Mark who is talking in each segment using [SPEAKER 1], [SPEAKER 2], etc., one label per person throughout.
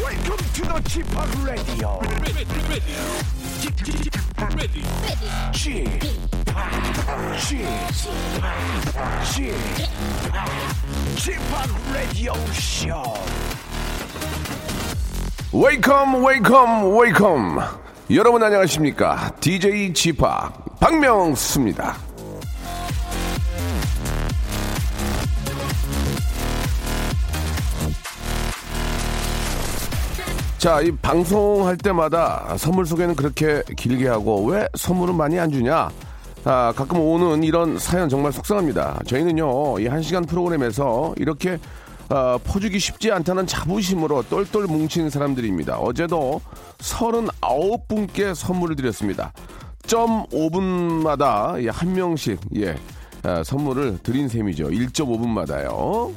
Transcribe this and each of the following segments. [SPEAKER 1] Welcome to the Chip Radio.
[SPEAKER 2] ready, ready, ready, ready.
[SPEAKER 1] Chip, Chip, Chip, Radio Show.
[SPEAKER 3] 웨이컴 웨이컴 웨이컴 여러분 안녕하십니까 DJ 지팍 박명수입니다 자 이 방송할 때마다 선물 소개는 그렇게 길게 하고 왜 선물은 많이 안 주냐 아, 가끔 오는 이런 사연 정말 속상합니다. 저희는요, 이 한 시간 프로그램에서 이렇게 아, 퍼주기 쉽지 않다는 자부심으로 똘똘 뭉친 사람들입니다. 어제도 39분께 선물을 드렸습니다. 점 5분마다 한 명씩, 예, 아, 선물을 드린 셈이죠. 1.5분마다요.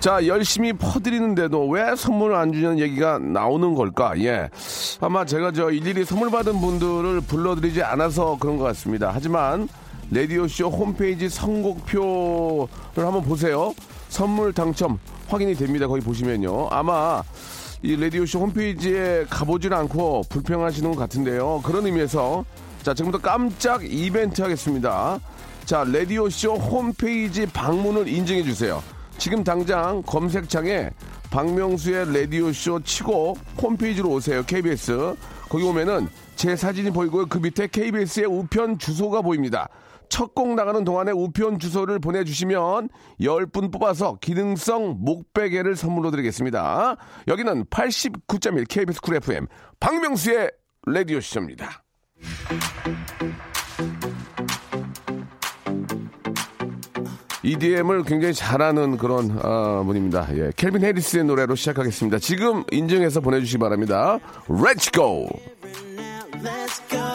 [SPEAKER 3] 자, 열심히 퍼드리는데도 왜 선물을 안 주냐는 얘기가 나오는 걸까? 예. 아마 제가 저 일일이 선물 받은 분들을 불러드리지 않아서 그런 것 같습니다. 하지만, 라디오쇼 홈페이지 선곡표를 한번 보세요. 선물 당첨 확인이 됩니다. 거기 보시면요. 아마 이 라디오쇼 홈페이지에 가보질 않고 불평하시는 것 같은데요. 그런 의미에서 자, 지금부터 깜짝 이벤트 하겠습니다. 자, 라디오쇼 홈페이지 방문을 인증해 주세요. 지금 당장 검색창에 박명수의 라디오쇼 치고 홈페이지로 오세요. KBS. 거기 오면은 제 사진이 보이고요. 그 밑에 KBS의 우편 주소가 보입니다. 첫 곡 나가는 동안에 우편 주소를 보내주시면 10분 뽑아서 기능성 목베개를 선물로 드리겠습니다. 여기는 89.1 KBS 쿨 FM 박명수의 라디오쇼입니다. EDM을 E 굉장히 잘하는 그런 아, 분입니다. 예, 켈빈 해리스의 노래로 시작하겠습니다. 지금 인증해서 보내주시기 바랍니다. Let's go.
[SPEAKER 4] now, let's go.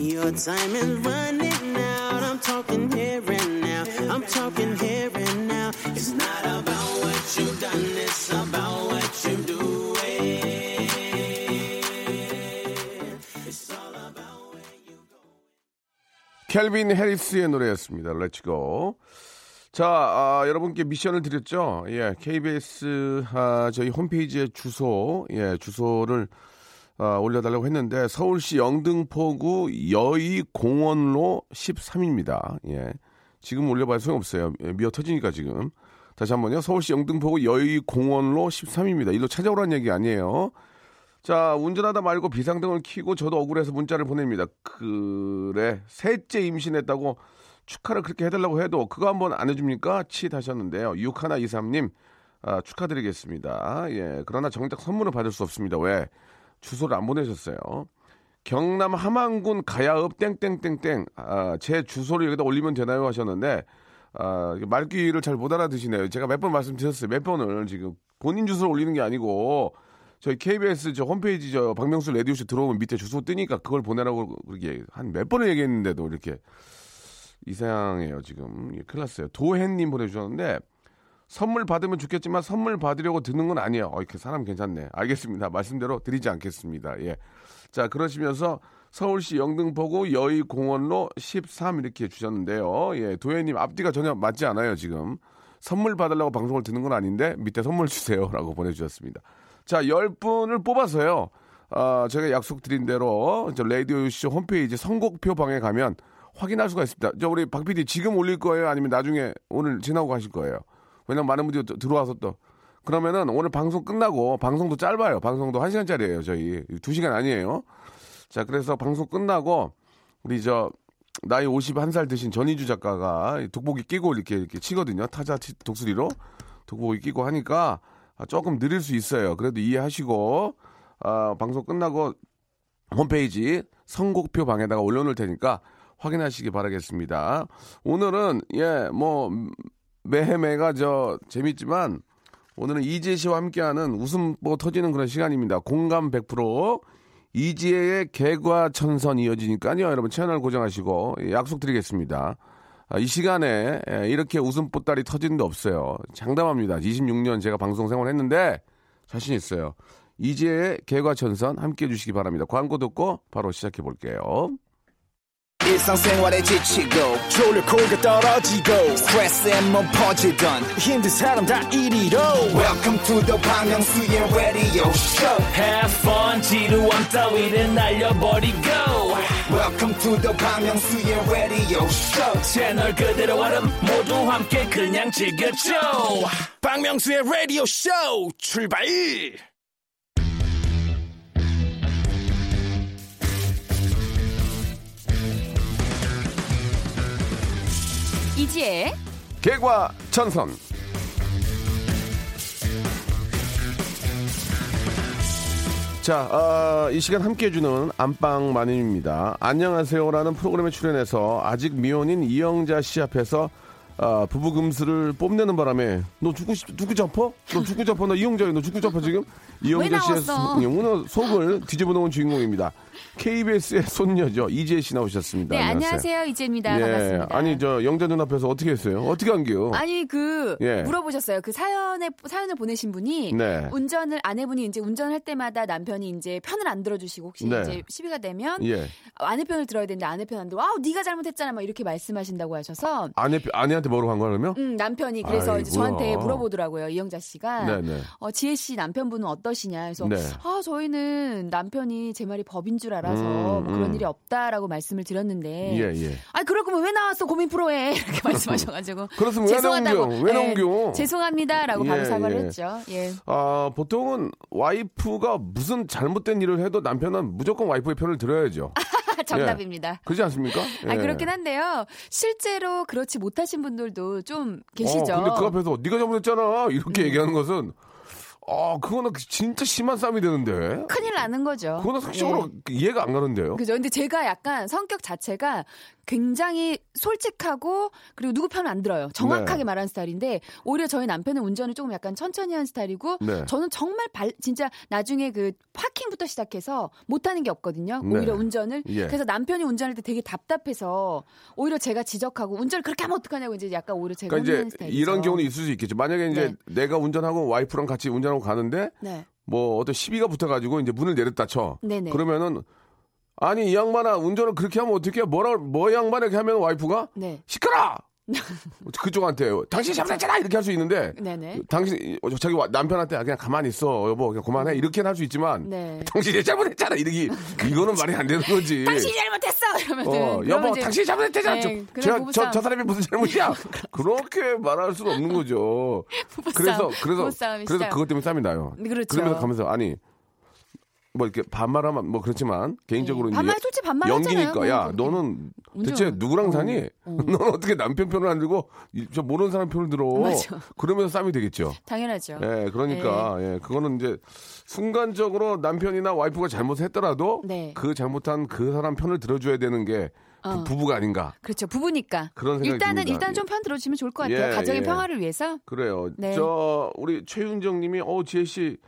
[SPEAKER 4] Your time is running out. I'm talking here and now. I'm talking here and now. It's not about what you've done, it's about what you do.
[SPEAKER 3] 켈빈 해리스의 노래였습니다. Let's go. 자, 아, 여러분께 미션을 드렸죠. 예, KBS 아, 저희 홈페이지에 주소, 예, 주소를 아, 올려달라고 했는데 서울시 영등포구 여의공원로 13입니다. 예, 지금 올려봐야 소용없어요. 예, 미어 터지니까 지금. 다시 한번요. 서울시 영등포구 여의공원로 13입니다. 일로 찾아오라는 얘기 아니에요. 자, 운전하다 말고 비상등을 켜고 저도 억울해서 문자를 보냅니다. 그래, 셋째 임신했다고 축하를 그렇게 해달라고 해도 그거 한번 안 해줍니까? 칫 하셨는데요. 6123님, 아, 축하드리겠습니다. 예, 그러나 정작 선물을 받을 수 없습니다. 왜? 주소를 안 보내셨어요. 경남 함안군 가야읍 땡땡땡땡 아, 제 주소를 여기다 올리면 되나요 하셨는데 아, 이게 말귀를 잘 못 알아듣시네요. 제가 몇 번 말씀드렸어요. 몇 번을 지금 본인 주소를 올리는 게 아니고 저희 KBS 저 홈페이지 저 박명수 레디오쇼 들어오면 밑에 주소 뜨니까 그걸 보내라고 그렇게 한 몇 번을 얘기했는데도 이렇게 이상해요 지금 예, 큰일 났어요. 도혜님 보내주셨는데 선물 받으면 좋겠지만 선물 받으려고 드는 건 아니에요. 어, 이렇게 사람 괜찮네. 알겠습니다. 말씀대로 드리지 않겠습니다. 예. 자, 그러시면서 서울시 영등포구 여의공원로 13 이렇게 주셨는데요. 예, 도현님 앞뒤가 전혀 맞지 않아요, 지금. 선물 받으려고 방송을 듣는 건 아닌데 밑에 선물 주세요. 라고 보내주셨습니다. 자, 10분을 뽑아서요. 아, 제가 약속드린 대로 저 라디오쇼 홈페이지 선곡표 방에 가면 확인할 수가 있습니다. 저 우리 박 PD 지금 올릴 거예요? 아니면 나중에 오늘 지나고 가실 거예요? 왜냐면 많은 분들이 또 들어와서 또 그러면은 오늘 방송 끝나고 방송도 짧아요. 방송도 1시간짜리예요, 저희. 2시간 아니에요. 자, 그래서 방송 끝나고 우리 저 나이 51살 드신 전희주 작가가 이 독보기 끼고 이렇게 이렇게 치거든요. 타자 치- 독수리로 독보기 끼고 하니까 아, 조금 느릴 수 있어요. 그래도 이해하시고 아, 방송 끝나고 홈페이지 선곡표 방에다가 올려놓을 테니까 확인하시기 바라겠습니다. 오늘은 예뭐 매해매가 저 재밌지만 오늘은 이지혜 씨와 함께하는 웃음 뭐 터지는 그런 시간입니다. 공감 100% 이지혜의 개과천선 이어지니까요. 여러분 채널 고정하시고 예, 약속드리겠습니다. 아, 이 시간에 예, 이렇게 웃음 보따리 터지는 데 없어요. 장담합니다. 26년 제가 방송 생활했는데 자신 있어요. 이지혜의 개과천선 함께해 주시기 바랍니다. 광고 듣고 바로 시작해 볼게요.
[SPEAKER 5] 일상생활에 지치고, 졸려 코가 떨어지고, 스트레스에 몸 퍼지던, 힘든 사람 다 이리로. welcome to the Bang Myung-soo's radio show
[SPEAKER 6] Have fun 지루함 따위를 날려버리고
[SPEAKER 5] welcome to the Bang Myung-soo's radio show
[SPEAKER 6] 채널 그대로 와름 모두 함께 그냥 즐겨줘
[SPEAKER 2] 박명수의 라디오 쇼 출발!
[SPEAKER 7] 이지혜 네,
[SPEAKER 3] 개과 천선. 자, 아, 이 시간 함께 해주는 안방 마님입니다. 안녕하세요라는 프로그램에 출연해서 아직 미혼인 이영자 씨 앞에서 아, 부부 금수를 뽐내는 바람에 너 죽고 싶, 죽고 잡어? 너 죽고 잡어? 나 이영자야. 너 죽고 잡어 지금? 이영자 씨의
[SPEAKER 7] 나왔어?
[SPEAKER 3] 속- 오늘 속을 뒤집어 놓은 주인공입니다. KBS의 손녀죠. 이지혜 씨 나오셨습니다.
[SPEAKER 7] 네 안녕하세요 예, 이지혜입니다 반갑습니다
[SPEAKER 3] 예. 아니 저 영자 눈앞에서 어떻게 했어요? 어떻게 한 게요?
[SPEAKER 7] 아니, 그
[SPEAKER 3] 예.
[SPEAKER 7] 물어보셨어요 그 사연에 사연을 보내신 분이
[SPEAKER 3] 네.
[SPEAKER 7] 운전을 아내분이 이제 운전할 때마다 남편이 이제 편을 안 들어주시고 혹시
[SPEAKER 3] 네.
[SPEAKER 7] 이제 시비가 되면
[SPEAKER 3] 예.
[SPEAKER 7] 아내 편을 들어야 되는데 아내 편 안 들어 아우 네가 잘못했잖아 막 이렇게 말씀하신다고 하셔서
[SPEAKER 3] 아내 아내한테 뭐라고 한 거야 그러면?
[SPEAKER 7] 음, 남편이 그래서
[SPEAKER 3] 아이,
[SPEAKER 7] 이제 저한테
[SPEAKER 3] 뭐야.
[SPEAKER 7] 물어보더라고요. 이영자 씨가
[SPEAKER 3] 네네.
[SPEAKER 7] 어, 지혜 씨 남편분은 어떠시냐. 그래서
[SPEAKER 3] 네.
[SPEAKER 7] 아 저희는 남편이 제 말이 법인 줄 알아서
[SPEAKER 3] 음,
[SPEAKER 7] 뭐 그런
[SPEAKER 3] 음.
[SPEAKER 7] 일이 없다라고 말씀을 드렸는데.
[SPEAKER 3] 예, 예.
[SPEAKER 7] 아니 그럴 거면 왜 나왔어 고민 프로에 이렇게 말씀하셔가지고. 예,
[SPEAKER 3] 그렇으면 왜 나온겨? 왜 나온겨?
[SPEAKER 7] 죄송합니다라고
[SPEAKER 3] 예,
[SPEAKER 7] 바로 사과를
[SPEAKER 3] 예.
[SPEAKER 7] 했죠. 예.
[SPEAKER 3] 아 보통은 와이프가 무슨 잘못된 일을 해도 남편은 무조건 와이프의 편을 들어야죠.
[SPEAKER 7] 정답입니다.
[SPEAKER 3] 그렇지 않습니까?
[SPEAKER 7] 아
[SPEAKER 3] 예.
[SPEAKER 7] 그렇긴 한데요. 실제로 그렇지 못하신 분들도 좀 계시죠. 음.
[SPEAKER 3] 어, 근데 그 앞에서 네가 잘못했잖아 이렇게 얘기하는 것은 아 그거는 진짜 심한 싸움이 되는데.
[SPEAKER 7] 큰일 나는 거죠.
[SPEAKER 3] 그거는
[SPEAKER 7] 예.
[SPEAKER 3] 상식적으로 이해가 안 가는데요.
[SPEAKER 7] 그렇죠. 그죠. 근데 제가 약간 성격 자체가 굉장히 솔직하고 그리고 누구 편은 안 들어요. 정확하게
[SPEAKER 3] 네.
[SPEAKER 7] 말하는 스타일인데 오히려 저희 남편은 운전을 조금 약간 천천히 하는 스타일이고
[SPEAKER 3] 네.
[SPEAKER 7] 저는 정말 발, 진짜 나중에 그 파킹부터 시작해서 못하는 게 없거든요.
[SPEAKER 3] 네.
[SPEAKER 7] 오히려 운전을.
[SPEAKER 3] 예.
[SPEAKER 7] 그래서 남편이 운전할 때 되게 답답해서 오히려 제가 지적하고 운전을 그렇게 하면 어떡하냐고 이제 약간 오히려 제가
[SPEAKER 3] 그러니까
[SPEAKER 7] 혼내는
[SPEAKER 3] 이제
[SPEAKER 7] 스타일이죠.
[SPEAKER 3] 이런 경우는 있을 수 있겠죠. 만약에 이제
[SPEAKER 7] 네.
[SPEAKER 3] 내가 운전하고 와이프랑 같이 운전하고 가는데
[SPEAKER 7] 네.
[SPEAKER 3] 뭐 어떤 시비가 붙어가지고 이제 문을 내렸다 쳐.
[SPEAKER 7] 네네.
[SPEAKER 3] 그러면은 아니 이 양반아 운전을 그렇게 하면 어떻게 뭐라 뭐 양반에게 하면 와이프가
[SPEAKER 7] 네.
[SPEAKER 3] 시끄러. 그쪽한테 당신 잘못했잖아 이렇게 할 수 있는데
[SPEAKER 7] 네네.
[SPEAKER 3] 당신 어, 자기 와- 남편한테 아, 그냥 가만히 있어 여보 그냥 그만해 이렇게는 할 수 있지만
[SPEAKER 7] 네.
[SPEAKER 3] 당신이 잘못했잖아 이러기 이거는 말이 안 되는 거지.
[SPEAKER 7] 당신이 잘못했어! 이러면은.
[SPEAKER 3] 어,
[SPEAKER 7] 그러면
[SPEAKER 3] 여보,
[SPEAKER 7] 이제-
[SPEAKER 3] 당신이 잘못했잖아.
[SPEAKER 7] 네,
[SPEAKER 3] 저,
[SPEAKER 7] 그날
[SPEAKER 3] 저, 저,
[SPEAKER 7] 부부싸움.
[SPEAKER 3] 저 사람이 무슨 잘못이야? 그렇게 말할 수는 없는 거죠. 그래서, 그래서,
[SPEAKER 7] 부부싸움이
[SPEAKER 3] 그래서
[SPEAKER 7] 시작.
[SPEAKER 3] 그것 때문에 싸움이 나요.
[SPEAKER 7] 네, 그렇죠.
[SPEAKER 3] 러면서 가면서, 아니, 뭐 이렇게 반말하면 뭐 그렇지만, 개인적으로
[SPEAKER 7] 네.
[SPEAKER 3] 이제
[SPEAKER 7] 반말, 솔직히 반말
[SPEAKER 3] 연기니까,
[SPEAKER 7] 하잖아요, 뭐
[SPEAKER 3] 야,
[SPEAKER 7] 그거.
[SPEAKER 3] 너는
[SPEAKER 7] 운전.
[SPEAKER 3] 대체 누구랑 사니? 너는 어떻게 남편 편을 안 들고, 이- 저 모르는 사람 편을 들어.
[SPEAKER 7] 맞아.
[SPEAKER 3] 그러면서 싸움이 되겠죠.
[SPEAKER 7] 당연하죠.
[SPEAKER 3] 예, 그러니까 예, 그거는 이제 순간적으로 남편이나 와이프가 잘못했더라도
[SPEAKER 7] 네.
[SPEAKER 3] 그 잘못한 그 사람 편을 들어줘야 되는 게 부-
[SPEAKER 7] 어.
[SPEAKER 3] 부부가 아닌가
[SPEAKER 7] 그렇죠. 부부니까.
[SPEAKER 3] 그런 생각이
[SPEAKER 7] 일단은
[SPEAKER 3] 듭니다.
[SPEAKER 7] 일단 좀 편 들어주시면 좋을 것 같아요.
[SPEAKER 3] 예,
[SPEAKER 7] 가정의
[SPEAKER 3] 예.
[SPEAKER 7] 평화를 위해서.
[SPEAKER 3] 그래요.
[SPEAKER 7] 네.
[SPEAKER 3] 저 우리 최윤정님이 어 지혜 씨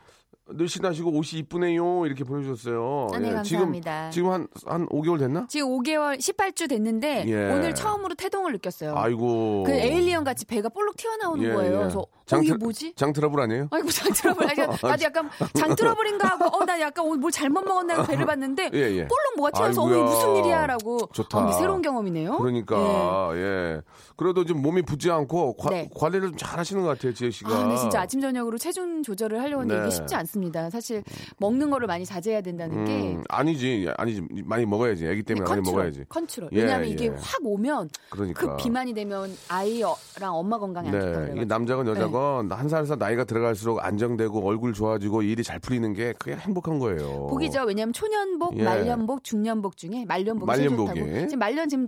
[SPEAKER 3] 늘씬하시고 옷이 이쁘네요 이렇게 보내주셨어요. 예,
[SPEAKER 7] 아, 네, 감사합니다.
[SPEAKER 3] 지금 지금 한한 5개월 됐나?
[SPEAKER 7] 지금 5개월 18주 됐는데
[SPEAKER 3] 예.
[SPEAKER 7] 오늘 처음으로 태동을 느꼈어요.
[SPEAKER 3] 아이고.
[SPEAKER 7] 그 에일리언 같이 배가 볼록 튀어나오는
[SPEAKER 3] 예,
[SPEAKER 7] 거예요.
[SPEAKER 3] 예.
[SPEAKER 7] 그래서 어,
[SPEAKER 3] 장
[SPEAKER 7] 이게
[SPEAKER 3] 트-
[SPEAKER 7] 뭐지?
[SPEAKER 3] 장 트러블 아니에요?
[SPEAKER 7] 아이고 장 트러블. 아니, 나도 약간 장 트러블인가 하고 어 나 약간 오늘 뭘 잘못 먹었나 하고 배를 봤는데
[SPEAKER 3] 예, 예.
[SPEAKER 7] 볼록 뭐가 튀어서 어머
[SPEAKER 3] 아이고야.
[SPEAKER 7] 이게 무슨 일이야라고.
[SPEAKER 3] 좋다.
[SPEAKER 7] 어, 근데 새로운 경험이네요. 예.
[SPEAKER 3] 그러니까 예. 그래도 좀 몸이 붙지 않고 과-
[SPEAKER 7] 네.
[SPEAKER 3] 관리를 좀 잘하시는 것 같아요, 지혜 씨가.
[SPEAKER 7] 아, 근데 진짜 아침 저녁으로 체중 조절을 하려고 하는데
[SPEAKER 3] 네.
[SPEAKER 7] 이게 쉽지 않습니다. 사실 먹는 거를 많이 자제해야 된다는 게
[SPEAKER 3] 음, 아니지, 아니지. 많이 먹어야지. 아기 때문에 많이 먹어야지.
[SPEAKER 7] 컨트롤.
[SPEAKER 3] 예,
[SPEAKER 7] 왜냐하면 이게
[SPEAKER 3] 예.
[SPEAKER 7] 확 오면
[SPEAKER 3] 그러니까.
[SPEAKER 7] 그 비만이 되면 아이랑 엄마 건강에 안 좋다
[SPEAKER 3] 네, 이게
[SPEAKER 7] 그래요.
[SPEAKER 3] 남자건 여자건 한 살 한 살 나이가 들어갈수록 안정되고 얼굴 좋아지고 일이 잘 풀리는 게 그게 행복한 거예요.
[SPEAKER 7] 보기죠. 왜냐하면 초년복,
[SPEAKER 3] 예.
[SPEAKER 7] 말년복, 중년복 중에 말년복이 제일
[SPEAKER 3] 말년복이.
[SPEAKER 7] 좋다고. 지금 말년 지금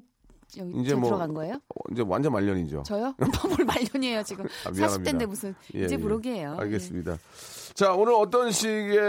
[SPEAKER 7] 여기
[SPEAKER 3] 이제
[SPEAKER 7] 저
[SPEAKER 3] 뭐-
[SPEAKER 7] 들어간 거예요?
[SPEAKER 3] 어, 이제 완전 말년이죠.
[SPEAKER 7] 저요? 뭘 말년이에요 지금?
[SPEAKER 3] 아, 미안합니다.
[SPEAKER 7] 40대인데 무슨
[SPEAKER 3] 예,
[SPEAKER 7] 이제
[SPEAKER 3] 예.
[SPEAKER 7] 부록이에요.
[SPEAKER 3] 알겠습니다. 자, 오늘 어떤 식의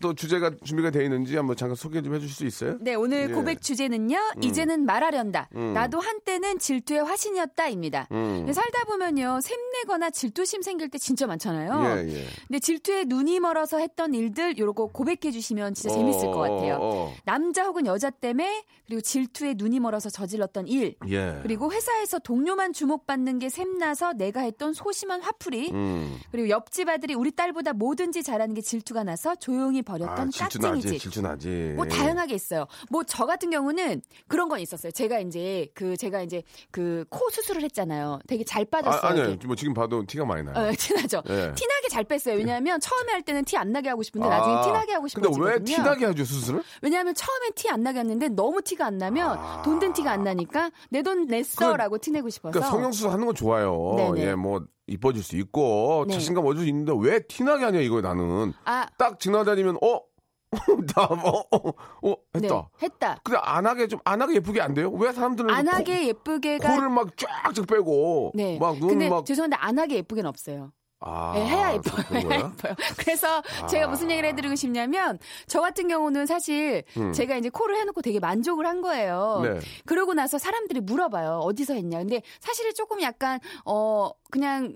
[SPEAKER 3] 또 주제가 준비가 되어 있는지 한번 잠깐 소개 좀 해주실 수 있어요?
[SPEAKER 7] 네, 오늘
[SPEAKER 3] 예. 음.
[SPEAKER 7] 고백 주제는요. 이제는 말하련다. 나도 한때는 질투의 화신이었다입니다.
[SPEAKER 3] 음.
[SPEAKER 7] 근데 살다 보면요. 샘내거나 질투심 생길 때 진짜 많잖아요.
[SPEAKER 3] 예, 예.
[SPEAKER 7] 근데 질투에 눈이 멀어서 했던 일들 요러고 고백해 주시면 진짜 재밌을 것 같아요.
[SPEAKER 3] 어, 어, 어.
[SPEAKER 7] 남자 혹은 여자 때문에 그리고 질투에 눈이 멀어서 저질렀던 했던 일
[SPEAKER 3] 예.
[SPEAKER 7] 그리고 회사에서 동료만 주목받는 게 샘나서 내가 했던 소심한 화풀이
[SPEAKER 3] 음.
[SPEAKER 7] 그리고 옆집 아들이 우리 딸보다 뭐든지 잘하는 게 질투가 나서 조용히 버렸던
[SPEAKER 3] 아, 질투 나지,
[SPEAKER 7] 까칭이 집.
[SPEAKER 3] 질투 나지.
[SPEAKER 7] 뭐 다양하게 있어요. 뭐 저 같은 경우는 그런 건 있었어요. 제가 이제 그 제가 이제 그 코 수술을 했잖아요. 되게 잘 빠졌어요.
[SPEAKER 3] 아, 아니요.
[SPEAKER 7] 이렇게.
[SPEAKER 3] 뭐 지금 봐도 티가 많이 나요.
[SPEAKER 7] 어, 티나죠.
[SPEAKER 3] 예.
[SPEAKER 7] 티나게 잘 뺐어요. 왜냐하면 처음에 할 때는 티 안 나게 하고 싶은데 어, 나중에
[SPEAKER 3] 아,
[SPEAKER 7] 티나게 하고 싶거든요.
[SPEAKER 3] 근데 왜 티나게 하죠, 수술을?
[SPEAKER 7] 왜냐하면 처음엔 티 안 나게 했는데 너무 티가 안 나면 돈 든 티가 안 나니까 내 돈 냈어라고 티내고 싶어서.
[SPEAKER 3] 아. 그러니까 성형수술 하는 건 좋아요.
[SPEAKER 7] 네네.
[SPEAKER 3] 예, 뭐 이뻐질 수 있고
[SPEAKER 7] 네.
[SPEAKER 3] 자신감 얻을 수 있는데 왜 티나게 하냐 이거 나는.
[SPEAKER 7] 아,
[SPEAKER 3] 딱 지나다니면 어? 나 뭐, 어, 어,
[SPEAKER 7] 네,
[SPEAKER 3] 했다.
[SPEAKER 7] 했다.
[SPEAKER 3] 근데 안 하게 좀 안 하게 예쁘게 안 돼요? 왜 사람들은
[SPEAKER 7] 안
[SPEAKER 3] 코-
[SPEAKER 7] 하게 예쁘게가
[SPEAKER 3] 뭐 코를 막 쫙쫙 빼고
[SPEAKER 7] 네.
[SPEAKER 3] 막 눈
[SPEAKER 7] 근데
[SPEAKER 3] 막
[SPEAKER 7] 죄송한데 안 하게 예쁘게는 없어요.
[SPEAKER 3] 아,
[SPEAKER 7] 네, 해야 예뻐요.
[SPEAKER 3] 그런 아.
[SPEAKER 7] 해야
[SPEAKER 3] 거야?
[SPEAKER 7] 예뻐요. 그래서 제가 무슨 얘기를 해드리고 싶냐면 저 같은 경우는 사실 제가 이제 코를 해놓고 되게 만족을 한 거예요.
[SPEAKER 3] 음. 네.
[SPEAKER 7] 그러고 나서 사람들이 물어봐요. 어디서 했냐. 근데 사실은 조금 약간 어 그냥